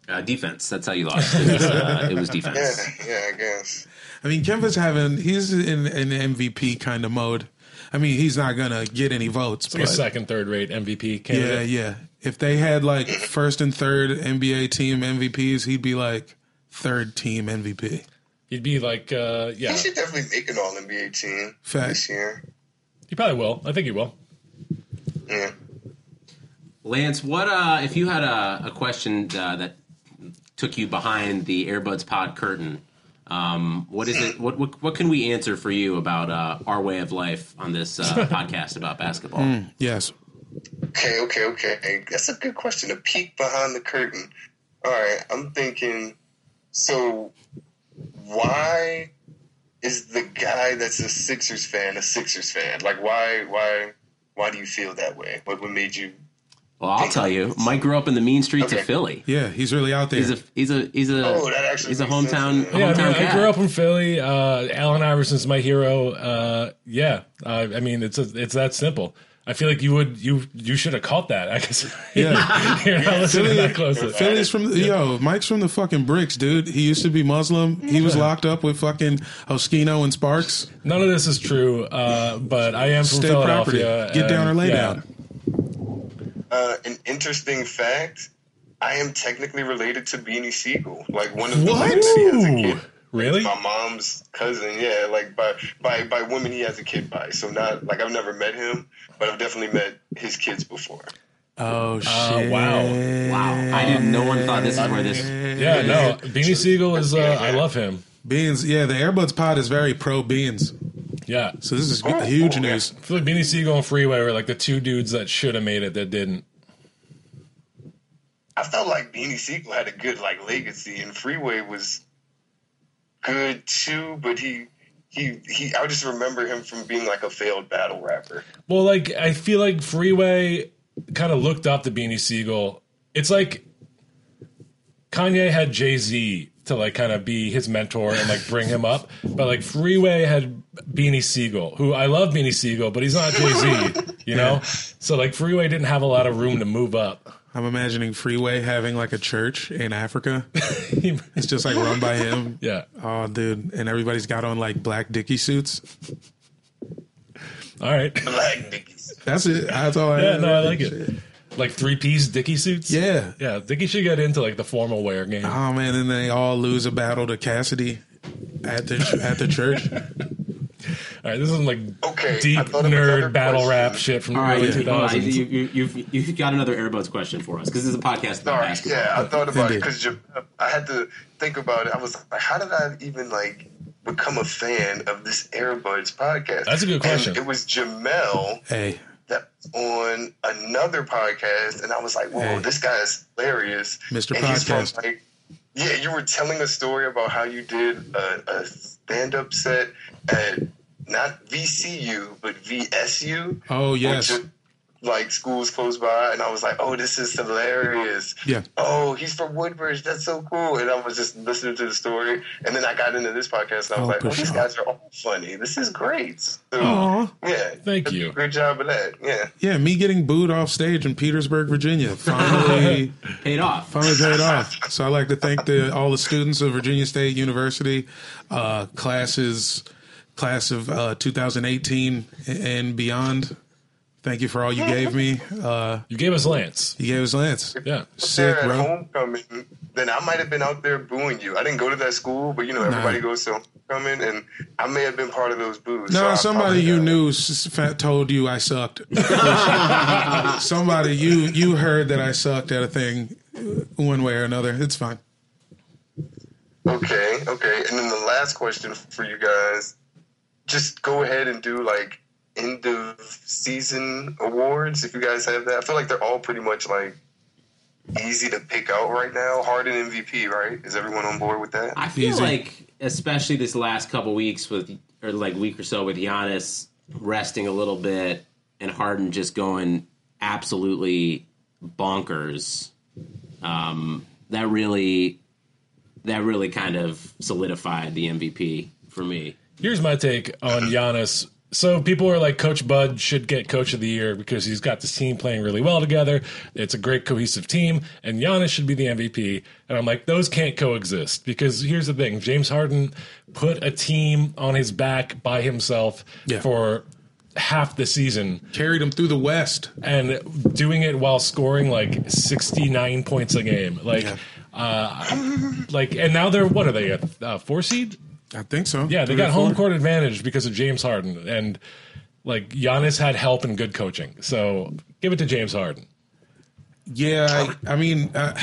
B: Uh, defense. That's how you lost. It was, uh, it was
D: Yeah,
B: defense.
D: yeah, I guess.
A: I mean, Kemba's having he's in an MVP kind of mode. I mean, he's not gonna get any votes,
C: Like a
A: but
C: second, third rate MVP
A: yeah,
C: candidate.
A: yeah. If they had like first and third NBA team MVPs, he'd be like third team MVP.
C: He'd be like, uh, yeah,
D: He should definitely make an All NBA team
A: Fact.
D: this year.
C: he probably will. I think he will.
D: Yeah.
B: Lance, what uh, if you had a, a question uh, that took you behind the Airbuds Pod curtain? Um, what is it? What, what what can we answer for you about uh, our way of life on this uh, podcast about basketball?
A: Yes.
D: Okay, okay, okay. That's a good question. A peek behind the curtain. All right, I'm thinking. So, why is the guy that's a Sixers fan a Sixers fan? Like, why, why, why do you feel that way? What, what made you
B: Well, I'll tell you, Mike grew up in the mean streets
D: Okay.
B: of Philly.
A: Yeah, he's really out there.
B: He's a he's a he's a
D: Oh, that actually
B: he's a
D: makes sense.
B: hometown
D: Yeah,
C: Yeah, I,
B: hometown
C: mean, I
B: cat.
C: grew up in Philly. Uh, Allen Iverson's my hero. Uh, yeah, uh, I mean it's a, it's that simple. I feel like you would you you should have caught that. I guess
A: Yeah.
C: you're not listening that closely.
A: Philly's from yo, Mike's from the fucking bricks, dude. He used to be Muslim. He was locked up with fucking Oskino and Sparks.
C: None of this is true, uh, but I am from
A: State property.
C: Philadelphia.
A: Get down
C: and,
A: or lay
C: yeah.
A: down.
D: Uh, an interesting fact: I am technically related to Beanie Siegel. Like one of the
C: What?
D: women he has a kid.
C: Really?
D: My mom's cousin, yeah, like by by by women he has a kid by. So not like I've never met him, but I've definitely met his kids before.
A: Oh shit!
C: Uh, wow.
B: Wow, I didn't. No one thought this is where this.
C: Yeah, no. Beanie Siegel is. Uh, I love him.
A: Beans, yeah, the Airbuds pod is very pro beans.
C: Yeah,
A: So this is good- huge
D: Oh, yeah.
A: news.
C: I feel like Beanie Siegel and Freeway were like the two dudes that should have made it that didn't.
D: I felt like Beanie Siegel had a good like legacy, and Freeway was good too. But he he he, I just remember him from being like a failed battle rapper.
C: Well, like I feel like Freeway kind of looked up to Beanie Siegel. It's like Kanye had Jay Z to like kind of be his mentor and like bring him up, but like Freeway had Beanie Siegel, who I love Beanie Siegel, but he's not Jay Z, you know. So like Freeway didn't have a lot of room to move up.
A: I'm imagining Freeway having like a church in Africa. it's just like run by him.
C: Yeah,
A: Oh, dude, and everybody's got on like black dicky suits.
C: all right.
D: Black niggas.
A: That's it. That's all. I
C: Yeah, no, I like it. Like three piece Dickie suits.
A: Yeah.
C: yeah. Dickie should get into like the formal wear game.
A: Oh man, and they all lose a battle to Cassidy at the at the church.
C: All right, this is like
D: Okay, I
C: deep
D: thought of another
C: nerd battle
D: question.
C: rap shit from
B: All
C: early
B: right,
C: two
B: all right,
C: thousands.
B: you, you, you've you've got another Airbuds question for us because this is a podcast about
D: Sorry,
B: basketball.
D: yeah, I thought about it
A: Indeed.
D: 'cause it because I had to think about it. I was like, how did I even like become a fan of this Airbuds podcast?
C: That's a good
D: And
C: question.
D: it was Jamel
A: Hey,
D: that on another podcast, and I was like, "Whoa,
A: Hey.
D: this guy is hilarious,
A: Mr.
D: And he's from,
A: Podcast.
D: like, yeah, you were telling a story about how you did a, a stand-up set at not VCU but VSU.
A: Oh, yes.
D: which are, like schools close by, and I was like, "Oh, this is hilarious."
A: Yeah.
D: Oh, he's from Woodbridge. That's so cool. And I was just listening to the story, and then I got into this podcast, and I was
A: Oh,
D: like, "Oh, these
A: Prashant.
D: guys are all funny. This is great." So,
A: Aw.
D: yeah.
C: Thank you.
D: Great job of that. Yeah.
A: yeah, me getting booed off stage in Petersburg, Virginia, finally
B: Paid off.
A: finally paid off. So I'd like to thank the, all the students of Virginia State University, uh, classes, class of uh, 2018 and beyond. Thank you for all you gave me. Uh,
C: You gave us Lance.
A: you gave us Lance.
C: Yeah,
A: Sick,
D: there at
A: bro.
D: homecoming, then I might have been out there booing you. I didn't go to that school, but you know everybody goes to homecoming, and I may have been part of those boos. So
A: No,
D: I
A: somebody you
D: apologize.
A: knew s- fa- told you I sucked. somebody you you heard that I sucked at a thing, uh, one way or another. It's fine.
D: Okay, okay. And then the last question for you guys: just go ahead and do like end of season awards if you guys have that. I feel like they're all pretty much like easy to pick out right now. Harden MVP, right? Is everyone on board with that?
B: I feel
A: Easy.
B: like, especially this last couple weeks with, or like week or so with Giannis resting a little bit and Harden just going absolutely bonkers. Um, that really, that really kind of solidified the MVP for me.
C: Here's my take on Giannis. So people are like, Coach Bud should get Coach of the Year because he's got this team playing really well together. It's a great cohesive team, and Giannis should be the MVP. And I'm like, those can't coexist because here's the thing: James Harden put a team on his back by himself
A: Yeah.
C: for half the season
A: Carried him through the West.
C: and doing it while scoring like 69 points a game. Like, uh, like, and now they're what are they a, a four seed?
A: I think so.
C: Yeah, they
A: Three
C: got
A: or four.
C: home court advantage because of James Harden, and like Giannis had help and good coaching. So give it to James Harden.
A: Yeah, I, I mean, uh,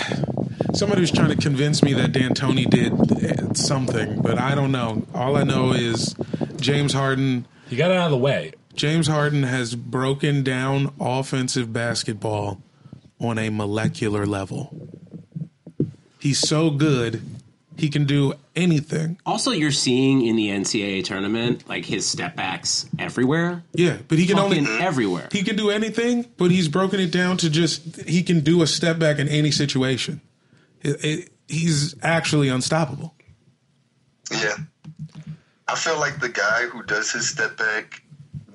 A: somebody was trying to convince me that D'Antoni did uh, something, but I don't know. All I know is James Harden.
C: He got it out of the way.
A: James Harden has broken down offensive basketball on a molecular level. He's so good, he can do anything.
B: Also, you're seeing in the NCAA tournament like his step backs everywhere,
A: Yeah, but he can
B: fucking
A: only
B: everywhere.
A: he can do anything, but he's broken it down to just he can do a step back in any situation. It- it- he's actually unstoppable.
D: Yeah. I feel like the guy who does his step back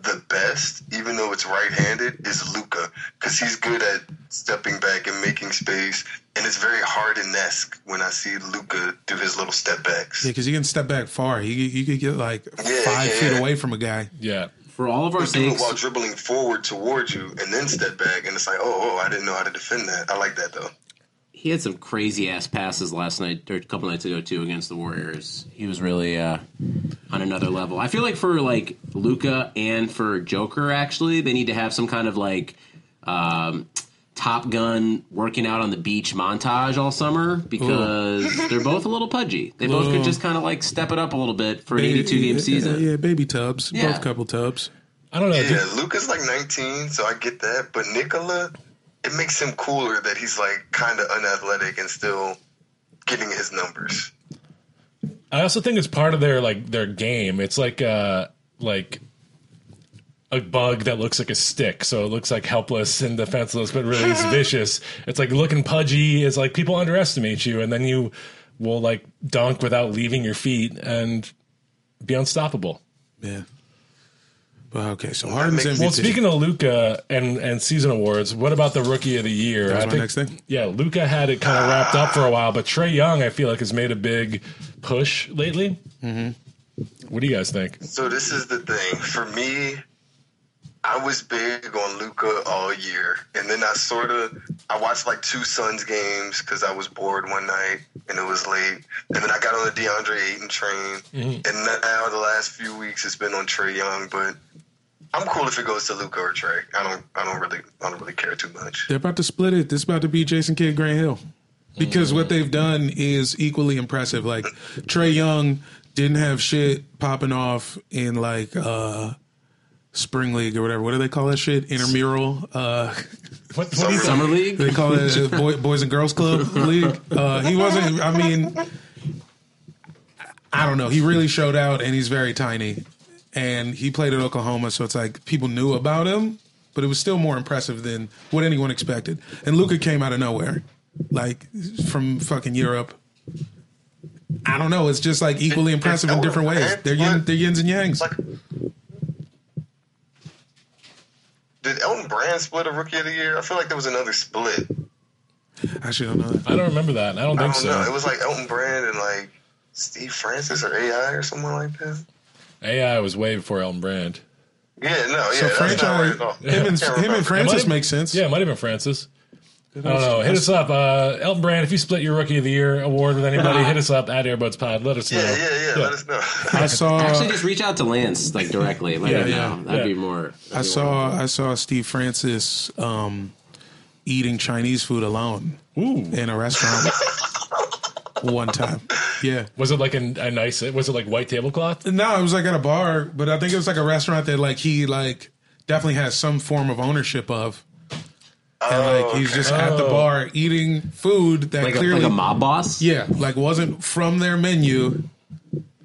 D: the best, even though it's right handed, is Luca. Because he's good at stepping back and making space. And it's very hard and esque when I see Luca do his little step backs.
A: Yeah, because he can step back far. He you could get like
D: Yeah,
A: five
D: yeah,
A: feet
D: yeah.
A: away from a guy.
C: Yeah.
B: For all of our
D: Do it
B: sakes,
D: while dribbling forward towards you and then step back. And it's like, oh, oh, I didn't know how to defend that. I like that, though.
B: he had some crazy ass passes last night or a couple nights ago too against the Warriors. He was really uh, on another level. I feel like for like Luca and for Joker, actually, they need to have some kind of like um, Top Gun working out on the beach montage all summer because they're both a little pudgy. They both could just kind of like step it up a little bit for an eighty-two game
A: Yeah,
B: season.
A: Yeah, baby tubs,
B: Yeah.
A: both couple tubs.
C: I don't know.
D: Yeah, Luca's like 19, so I get that. But Nicola, it makes him cooler that he's like kind of unathletic and still getting his numbers.
C: I also think it's part of their like their game. It's like uh like a bug that looks like a stick, so it looks like helpless and defenseless, but really it's vicious. It's like looking pudgy. It's like people underestimate you, and then you will like dunk without leaving your feet and be unstoppable.
A: Yeah. Well, okay, so Harden's MVP.
C: Well, speaking of Luca and and season awards, what about the rookie of the year?
A: That was
C: I
A: my
C: think-
A: next thing.
C: Yeah, Luca had it kind of wrapped up for a while, but Trey Young, I feel like, has made a big push lately.
A: Mm-hmm.
C: What do you guys think?
D: So this is the thing for me. I was big on Luca all year, and then I sort of I watched like two Suns games because I was bored one night and it was late, and then I got on the DeAndre Ayton train,
C: Mm-hmm.
D: and now the last few weeks it's been on Trey Young, but. I'm cool if it goes to Luca or Trey. I don't. I don't really. I don't really care too much.
A: They're about to split it. This is about to be Jason Kidd, Grant Hill. Because what they've done is equally impressive. Like Trey Young didn't have shit popping off in like uh spring league or whatever. What do they call that shit? Intramural. Uh
C: What, what do you
B: Summer league.
A: they call it uh, boy, boys and girls club league. Uh he wasn't I mean I don't know. He really showed out and he's very tiny. And he played at Oklahoma, so it's like people knew about him, but it was still more impressive than what anyone expected. And Luca came out of nowhere. Like from fucking Europe. I don't know. It's just like equally
D: It-
A: impressive
D: it's
A: in different
D: over,
A: ways.
D: man.
A: They're yin,
D: What?
A: they're yins and yangs.
D: It's like, did Elton Brand split a Rookie of the Year? I feel like there was another split.
A: I actually don't know that.
C: I don't remember that. I don't
D: I
C: think
D: don't know. It
C: so.
D: was like Elton Brand and like Steve Francis or AI or someone like that.
C: AI was way before Elton Brand.
D: Yeah, no, yeah.
A: So
D: that's not right
A: franchise,
D: at all.
A: him and,
D: I can't
A: him and
D: remember.
A: Francis
C: Am I-
A: make sense.
C: Yeah, it might have been Francis. I don't know. Hit us up. Uh, Elton Brand, if you split your Rookie of the Year award with anybody, hit us up at Airbuds Pod. Let us know.
D: Yeah, yeah, yeah, Let us know.
A: I saw.
B: Actually, just reach out to Lance like directly. Let him
C: yeah,
B: know. That'd
C: yeah.
B: be more.
A: I saw I saw Steve Francis um, eating Chinese food alone
C: Ooh.
A: in a restaurant one time. Yeah.
C: Was it like a, a nice? Was it like white tablecloth?
A: No, it was like at a bar, but I think it was like a restaurant that like he like definitely has some form of ownership of. And like he's just at the bar eating food that
B: Like a,
A: clearly
B: like a mob boss.
A: yeah, like wasn't from their menu,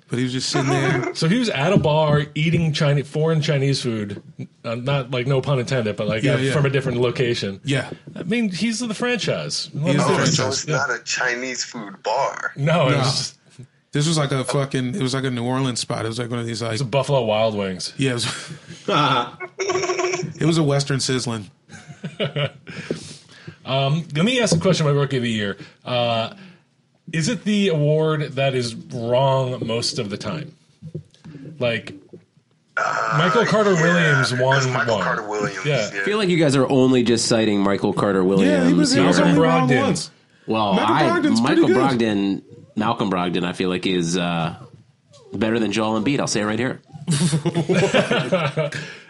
A: but he was just sitting there.
C: So he was at a bar eating Chinese, foreign Chinese food. Uh, not like no pun intended, but like
A: Yeah,
C: uh,
A: yeah.
C: from a different location.
A: Yeah.
C: I mean, he's the franchise.
A: is
D: Oh,
A: the
D: so
A: franchise,
D: it's not a Chinese food bar.
C: No,
A: No.
C: it was just-
A: This was like a fucking it was like a New Orleans spot. It was like one of these like
C: it's Buffalo Wild Wings.
A: Yeah, it was, it was a Western sizzling.
C: Let me ask a question about Rookie of the Year. Uh, is it the award that is wrong most of the time? Like Michael Carter Williams
D: Uh, Yeah,
C: won
D: 'cause Michael
C: one.
D: Carter Williams.
C: Yeah.
D: Yeah.
B: I feel like you guys are only just citing Michael Carter Williams. here.
C: also Malcolm Brogdon.
B: well,
A: Malcolm
B: I,
A: Brogdon's pretty
B: Michael
A: good.
B: Brogdon, Malcolm Brogdon, I feel like is uh, better than Joel Embiid. I'll say it right here.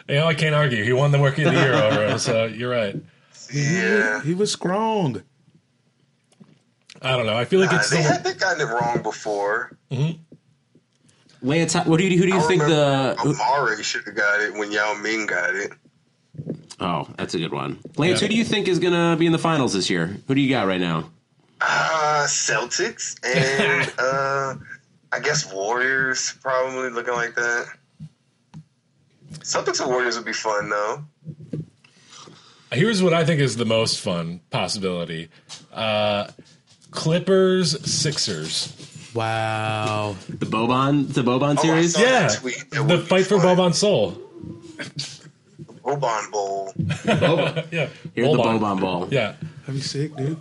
C: You know, I can't argue. He won the Rookie of the Year over him, so you're right.
D: yeah.
A: He was strong.
C: I don't know. I feel like
D: Nah,
C: it's
D: they had
C: the
D: they gotten it wrong before.
B: Lance, how- what do you, who do you
D: I
B: think
D: remember
B: the? who-
D: Amare should have got it when Yao Ming got it?
B: oh, that's a good one. Lance,
C: Yeah.
B: who do you think is gonna be in the finals this year? Who do you got right now?
D: Uh, Celtics and uh, I guess Warriors probably looking like that. Celtics and Warriors would be fun though.
C: Here's what I think is the most fun possibility: uh, Clippers Sixers.
E: Wow.
B: The Boban, the Boban
D: Oh, I
B: series.
D: saw
C: Yeah,
D: that tweet. That
C: the
D: would be
C: fight for
D: fun.
C: Boban Soul.
D: Boban Bowl.
B: Boban.
C: Yeah,
B: Here's
C: Boban.
B: the Boban ball.
C: Yeah.
A: That'd be sick, dude.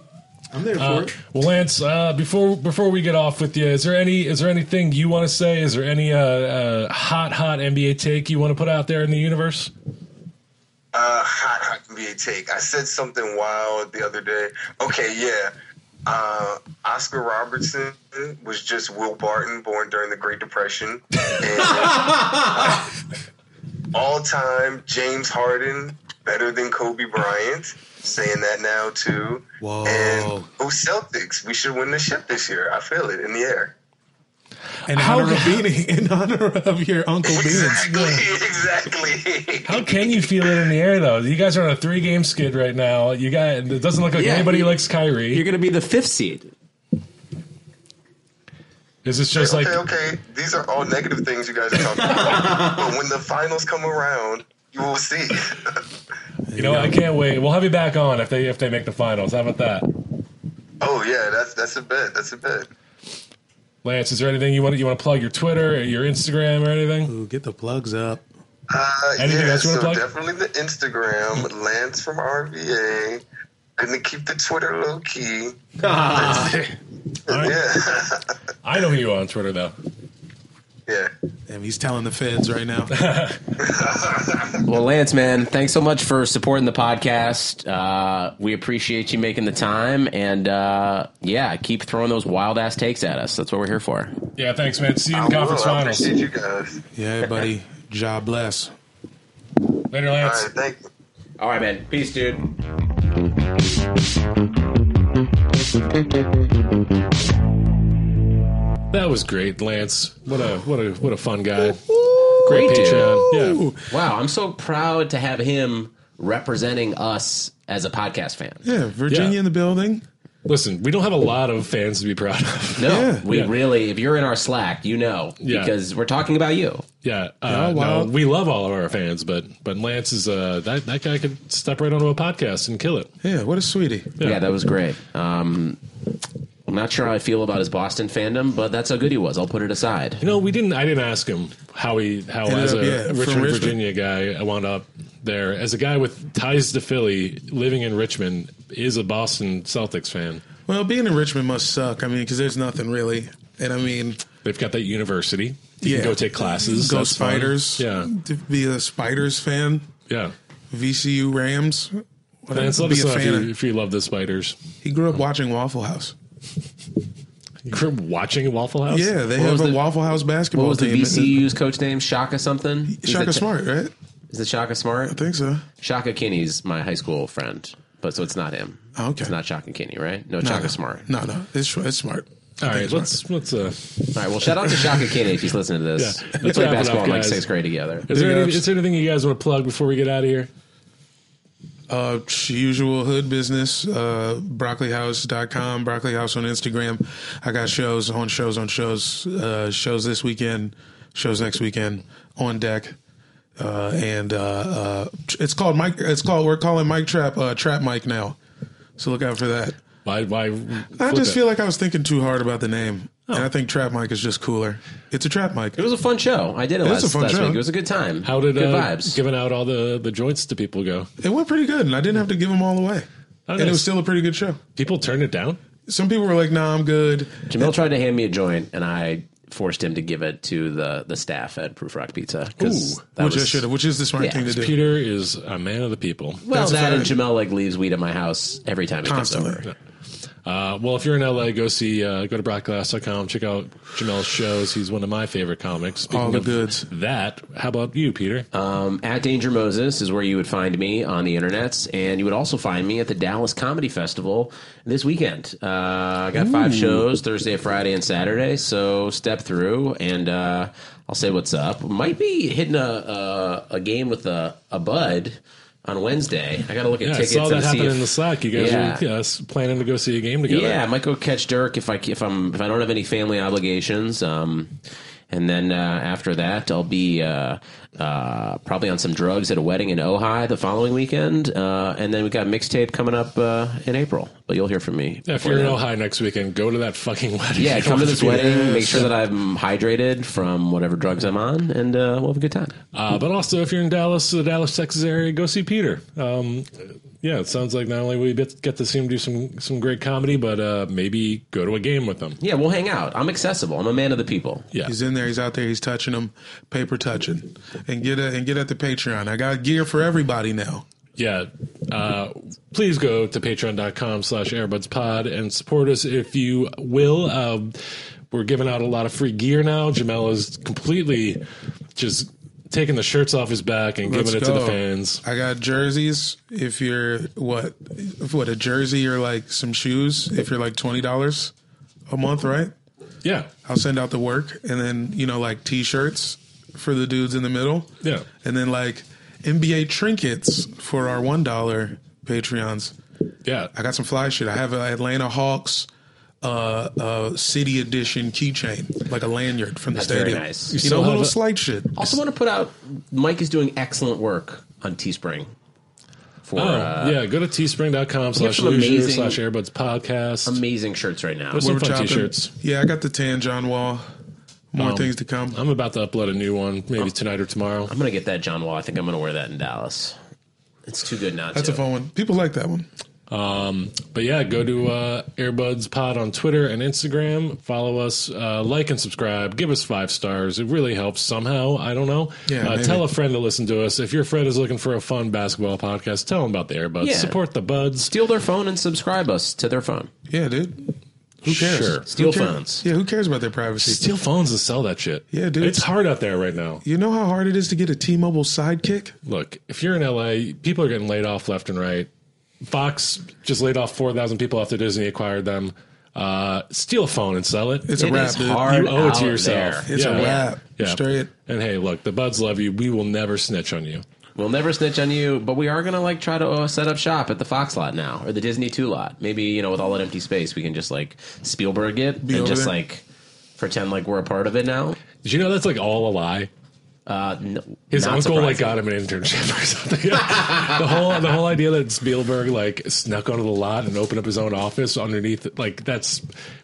E: I'm there for
C: Uh,
E: it.
C: well, Lance, uh, before before we get off with you, is there any is there anything you want to say? Is there any uh, uh, hot hot NBA take you want to put out there in the universe?
D: Uh, hot, hot NBA take. I said something wild the other day. Okay, yeah. Uh, Oscar Robertson was just Will Barton born during the Great Depression. And all time James Harden better than Kobe Bryant. Saying that now too.
E: Whoa.
D: And oh Celtics, we should win the ship this year. I feel it in the air.
A: In
C: How-
A: honor of Beanie, in honor of your Uncle Beans.
D: Exactly, exactly.
C: How can you feel it in the air though? You guys are on a three game skid right now. You got it doesn't look like
B: Yeah,
C: anybody
B: you-
C: likes
B: You're
C: Kyrie.
B: gonna be the fifth seed.
C: Is this just like
D: okay, okay. These are all negative things you guys are talking about. but when the finals come around, you will see.
C: you know? I can't wait. We'll have you back on if they if they make the finals. How about that,
D: oh yeah, that's that's a bet. That's a bet.
C: Lance? Is there anything you want you want to plug your Twitter or your Instagram or anything?
E: Ooh, get the plugs up.
D: Uh,
C: Anything
D: yeah,
C: else you
D: so
C: wanna plug?
D: definitely the Instagram, Lance from RVA. Gonna keep the Twitter low key. Yeah,
C: I know who you are on Twitter though.
D: yeah.
E: Damn, he's telling the feds right now.
B: Well, Lance, man, thanks so much for supporting the podcast. Uh, we appreciate you making the time, and uh, yeah, keep throwing those wild ass takes at us. That's what we're here for.
C: Yeah, thanks, man. See you in
D: I
C: the conference
D: will. I
C: finals.
D: appreciate you guys.
E: yeah, buddy. God bless.
C: Later,
D: All
C: Lance.
D: right, thank you.
B: All right, man. Peace, dude.
C: That was great, Lance. What a what a what a fun guy.
B: Great dude.
C: Patreon. Yeah.
B: Wow, I'm so proud to have him representing us as a podcast fan.
A: Yeah, Virginia
C: Yeah.
A: in the building.
C: Listen, we don't have a lot of fans to be proud of.
B: No,
A: Yeah.
B: we
C: Yeah.
B: really, if you're in our Slack, you know,
C: Yeah.
B: because we're talking about you.
C: Yeah,
A: Yeah,
C: uh,
A: wow.
C: no, we love all of our fans, but but Lance is uh, that that guy could step right onto a podcast and kill it.
A: Yeah, what a sweetie.
B: Yeah, that was great. Um, I'm not sure how I feel about his Boston fandom, but that's how good he was. I'll put it aside.
C: You know, we didn't. I didn't ask him how he how
A: Ended
C: as
A: up,
C: a
A: yeah, from
C: Richmond,
A: Richmond.
C: Virginia guy I wound up there as a guy with ties to Philly, living in Richmond, is a Boston Celtics fan.
A: Well, being in Richmond must suck. I mean, because there's nothing really. And I mean,
C: They've got that university. You
A: yeah.
C: can go take classes.
A: Go
C: that's fun.
A: Spiders.
C: Yeah,
A: To be a Spiders fan.
C: yeah.
A: VCU Rams.
C: Lance, let
A: Be
C: us
A: a
C: know if
A: fan
C: you, if you love the spiders.
A: He grew up watching Waffle House.
C: You grew up watching Waffle House.
A: Yeah, they
B: was
A: have a
B: the-
A: Waffle House basketball
B: What was the
A: team.
B: VCU's coach name? Shaka something? He's
A: Shaka
B: a-
A: Smart, right?
B: Is it Shaka
A: I
B: Smart?
A: think so.
B: Shaka Kinney's my high school friend, but so it's not him.
A: Oh, okay.
B: It's not Shaka Kinney, right? No,
A: No,
B: Shaka
A: no.
B: Smart.
A: No, no, it's it's smart.
C: All
A: I think
C: right,
A: it's
C: let's let's. Uh,
B: All right. Well, shout out to Shaka Kinney if he's listening to this.
C: Yeah.
B: We
C: Let's
B: played
C: wrap it up,
B: basketball in like
C: guys.
B: sixth grade together.
C: is there
A: Big
C: any,
A: ups.
C: is there anything you guys want to plug before we get out of here?
A: Uh, usual hood business, uh, broccolihouse.com, broccoli house on Instagram. I got shows on shows on shows, uh, shows this weekend, shows next weekend on deck. Uh, and, uh, uh, it's called Mike, it's called, we're calling Mike Trap, uh, Trap Mike now. So look out for that.
C: Why? Why?
A: I
C: flip
A: just
C: it?
A: feel like I was thinking too hard about the name.
C: Oh.
A: And I think Trap Mike is just cooler. It's a Trap Mike.
B: It was a fun show. I did it,
A: It was
B: last,
A: a fun
B: last
A: show.
B: week. It was a good time.
C: How did
B: good
C: uh,
B: vibes?
C: giving out all the the joints to people go?
A: It went pretty good, and I didn't have to give them all away. and it
C: Oh, nice.
A: was still a pretty good show.
C: People turned it down.
A: Some people were like, "Nah, I'm good."
B: Jamil tried to hand me a joint, and I forced him to give it to the the staff at Proof Rock Pizza. 'cause that
A: which I
B: was-
A: should have, which is the smart
B: Yeah.
A: thing to do.
C: Peter is a man of the people.
B: Well,
A: That's
B: that and
A: fine.
B: Jamel like leaves weed at my house every time he comes over.
A: Constantly.
C: Uh, well, if you're in LA, go see uh, go to brockglass.com. Check out Jamel's shows. He's one of my favorite comics. Speaking
A: All the
C: of
A: goods.
C: That. How about you, Peter?
B: Um, at Danger Moses is where you would find me on the internets, and you would also find me at the Dallas Comedy Festival this weekend. Uh, I got five shows Thursday, Friday, and Saturday, so step through and uh, I'll say what's up. Might be hitting a a, a game with a, a bud. on Wednesday. I got to look at
C: Yeah, I
B: tickets
C: saw that
B: and see
C: happen
B: if,
C: in the Slack. You guys
B: Yeah.
C: are yeah, s- planning to go see a game together.
B: Yeah, I might go catch Dirk if I if I'm if I don't have any family obligations. Um, and then uh, after that, I'll be uh, uh, probably on some drugs at a wedding in Ojai the following weekend. Uh, and then we got mixtape coming up uh, in April, but you'll hear from me.
C: Yeah, if
B: before
C: you're in
B: then.
C: Ohio next weekend, go to that fucking wedding.
B: Yeah,
C: You
B: come to
C: don't
B: this
C: have be
B: wedding.
C: there.
B: Make sure that I'm hydrated from whatever drugs I'm on, and uh, we'll have a good time.
C: Uh, but also, if you're in Dallas, the Dallas, Texas area, go see Peter. Um, yeah, it sounds like not only we get get to see him do some some great comedy, but uh, maybe go to a game with him.
B: Yeah, we'll hang out. I'm accessible. I'm a man of the people.
C: Yeah,
A: He's in there. He's out there. He's touching them, paper touching, and get a, and get at the Patreon. I got gear for everybody now.
C: yeah. Uh, please go to patreon.com slash airbudspod and support us if you will. Um, we're giving out a lot of free gear now. Jamel is completely just taking the shirts off his back and
A: Let's
C: giving it to the
A: go.
C: fans.
A: I got jerseys. If you're what, if what a jersey or like some shoes. If you're like twenty dollars a month, right?
C: Yeah.
A: I'll send out the work, and then you know like t-shirts for the dudes in the middle.
C: Yeah.
A: and then like NBA trinkets for our one dollar Patreons.
C: Yeah.
A: I got some fly shit. I have an Atlanta Hawks uh, uh, City Edition keychain, like a lanyard from the
B: That's very
A: stadium.
B: nice.
A: You,
C: still
A: know,
C: have
A: little
C: a-
A: slight shit.
B: Also, want to put out Mike is doing excellent work on Teespring. For
C: Oh,
B: uh,
C: yeah. Go to teespring.com slash
B: some
C: loser
B: amazing-
C: slash airbuds podcast.
B: amazing shirts right now.
C: There's
A: We're
C: some fun
A: chopping-
C: t-shirts.
A: Yeah, I got the tan John Wall. More
C: Um,
A: things to come.
C: I'm about to upload a new one, maybe
A: Oh.
C: tonight or tomorrow.
B: I'm gonna get that John Wall. I think I'm gonna wear that in Dallas. It's too good not
A: That's
B: to.
A: a fun one. People like that one.
C: Um, but yeah, go to uh, Airbuds Pod on Twitter and Instagram. Follow us, uh, like and subscribe. Give us five stars. It really helps somehow. I don't know.
A: Yeah,
C: uh,
A: maybe.
C: tell a friend to listen to us. If your friend is looking for a fun basketball podcast, tell them about the Airbuds.
B: Yeah.
C: Support the buds.
B: Steal their phone and subscribe us to their phone.
A: Yeah, dude. Who cares?
C: Sure.
B: Steal
A: Who cares?
B: phones.
A: Yeah, who cares about their privacy?
C: Steal phones and sell that shit.
A: Yeah, dude.
C: It's hard out there right now.
A: You know how hard it is to get a T-Mobile sidekick?
C: Look, if you're in LA, people are getting laid off left and right. Fox just laid off 4,000 people after Disney acquired them. Uh, steal a phone and sell it.
A: It's
B: It
A: a wrap,
B: is
A: dude.
B: hard.
C: you owe it
B: out
C: to yourself.
B: there.
A: It's
C: Yeah.
A: a wrap.
C: Yeah.
A: Straight.
C: And hey, look, the buds love you. We will never snitch on you.
B: We'll never snitch on you, but we are gonna like try to uh, set up shop at the Fox lot now or the Disney Two lot. Maybe you know with all that empty space, we can just like Spielberg it
A: Be
B: and
A: over
B: just
A: there.
B: like pretend like we're a part of it now.
C: Did you know that's like all a lie?
B: Uh, no,
C: His
B: not
C: uncle like
B: surprising.
C: got him an internship or something. the whole the whole idea that Spielberg like snuck onto the lot and opened up his own office underneath like that's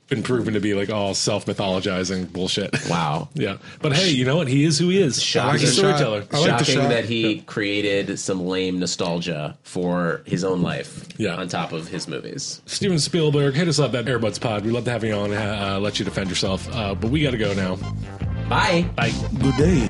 C: been proven to be like all self mythologizing bullshit.
B: wow.
C: yeah, but hey, you know what? He is who he is.
B: Shocking.
C: He's a storyteller.
A: I like the
B: shocking
A: shot.
B: that he created some lame nostalgia for his own life
C: Yeah.
B: on top of his movies.
C: Steven Spielberg, hit us up at Airbuds Pod. We love to have you on. Uh, let you defend yourself, uh, but we got to go now.
B: Bye.
C: Bye.
A: Good day.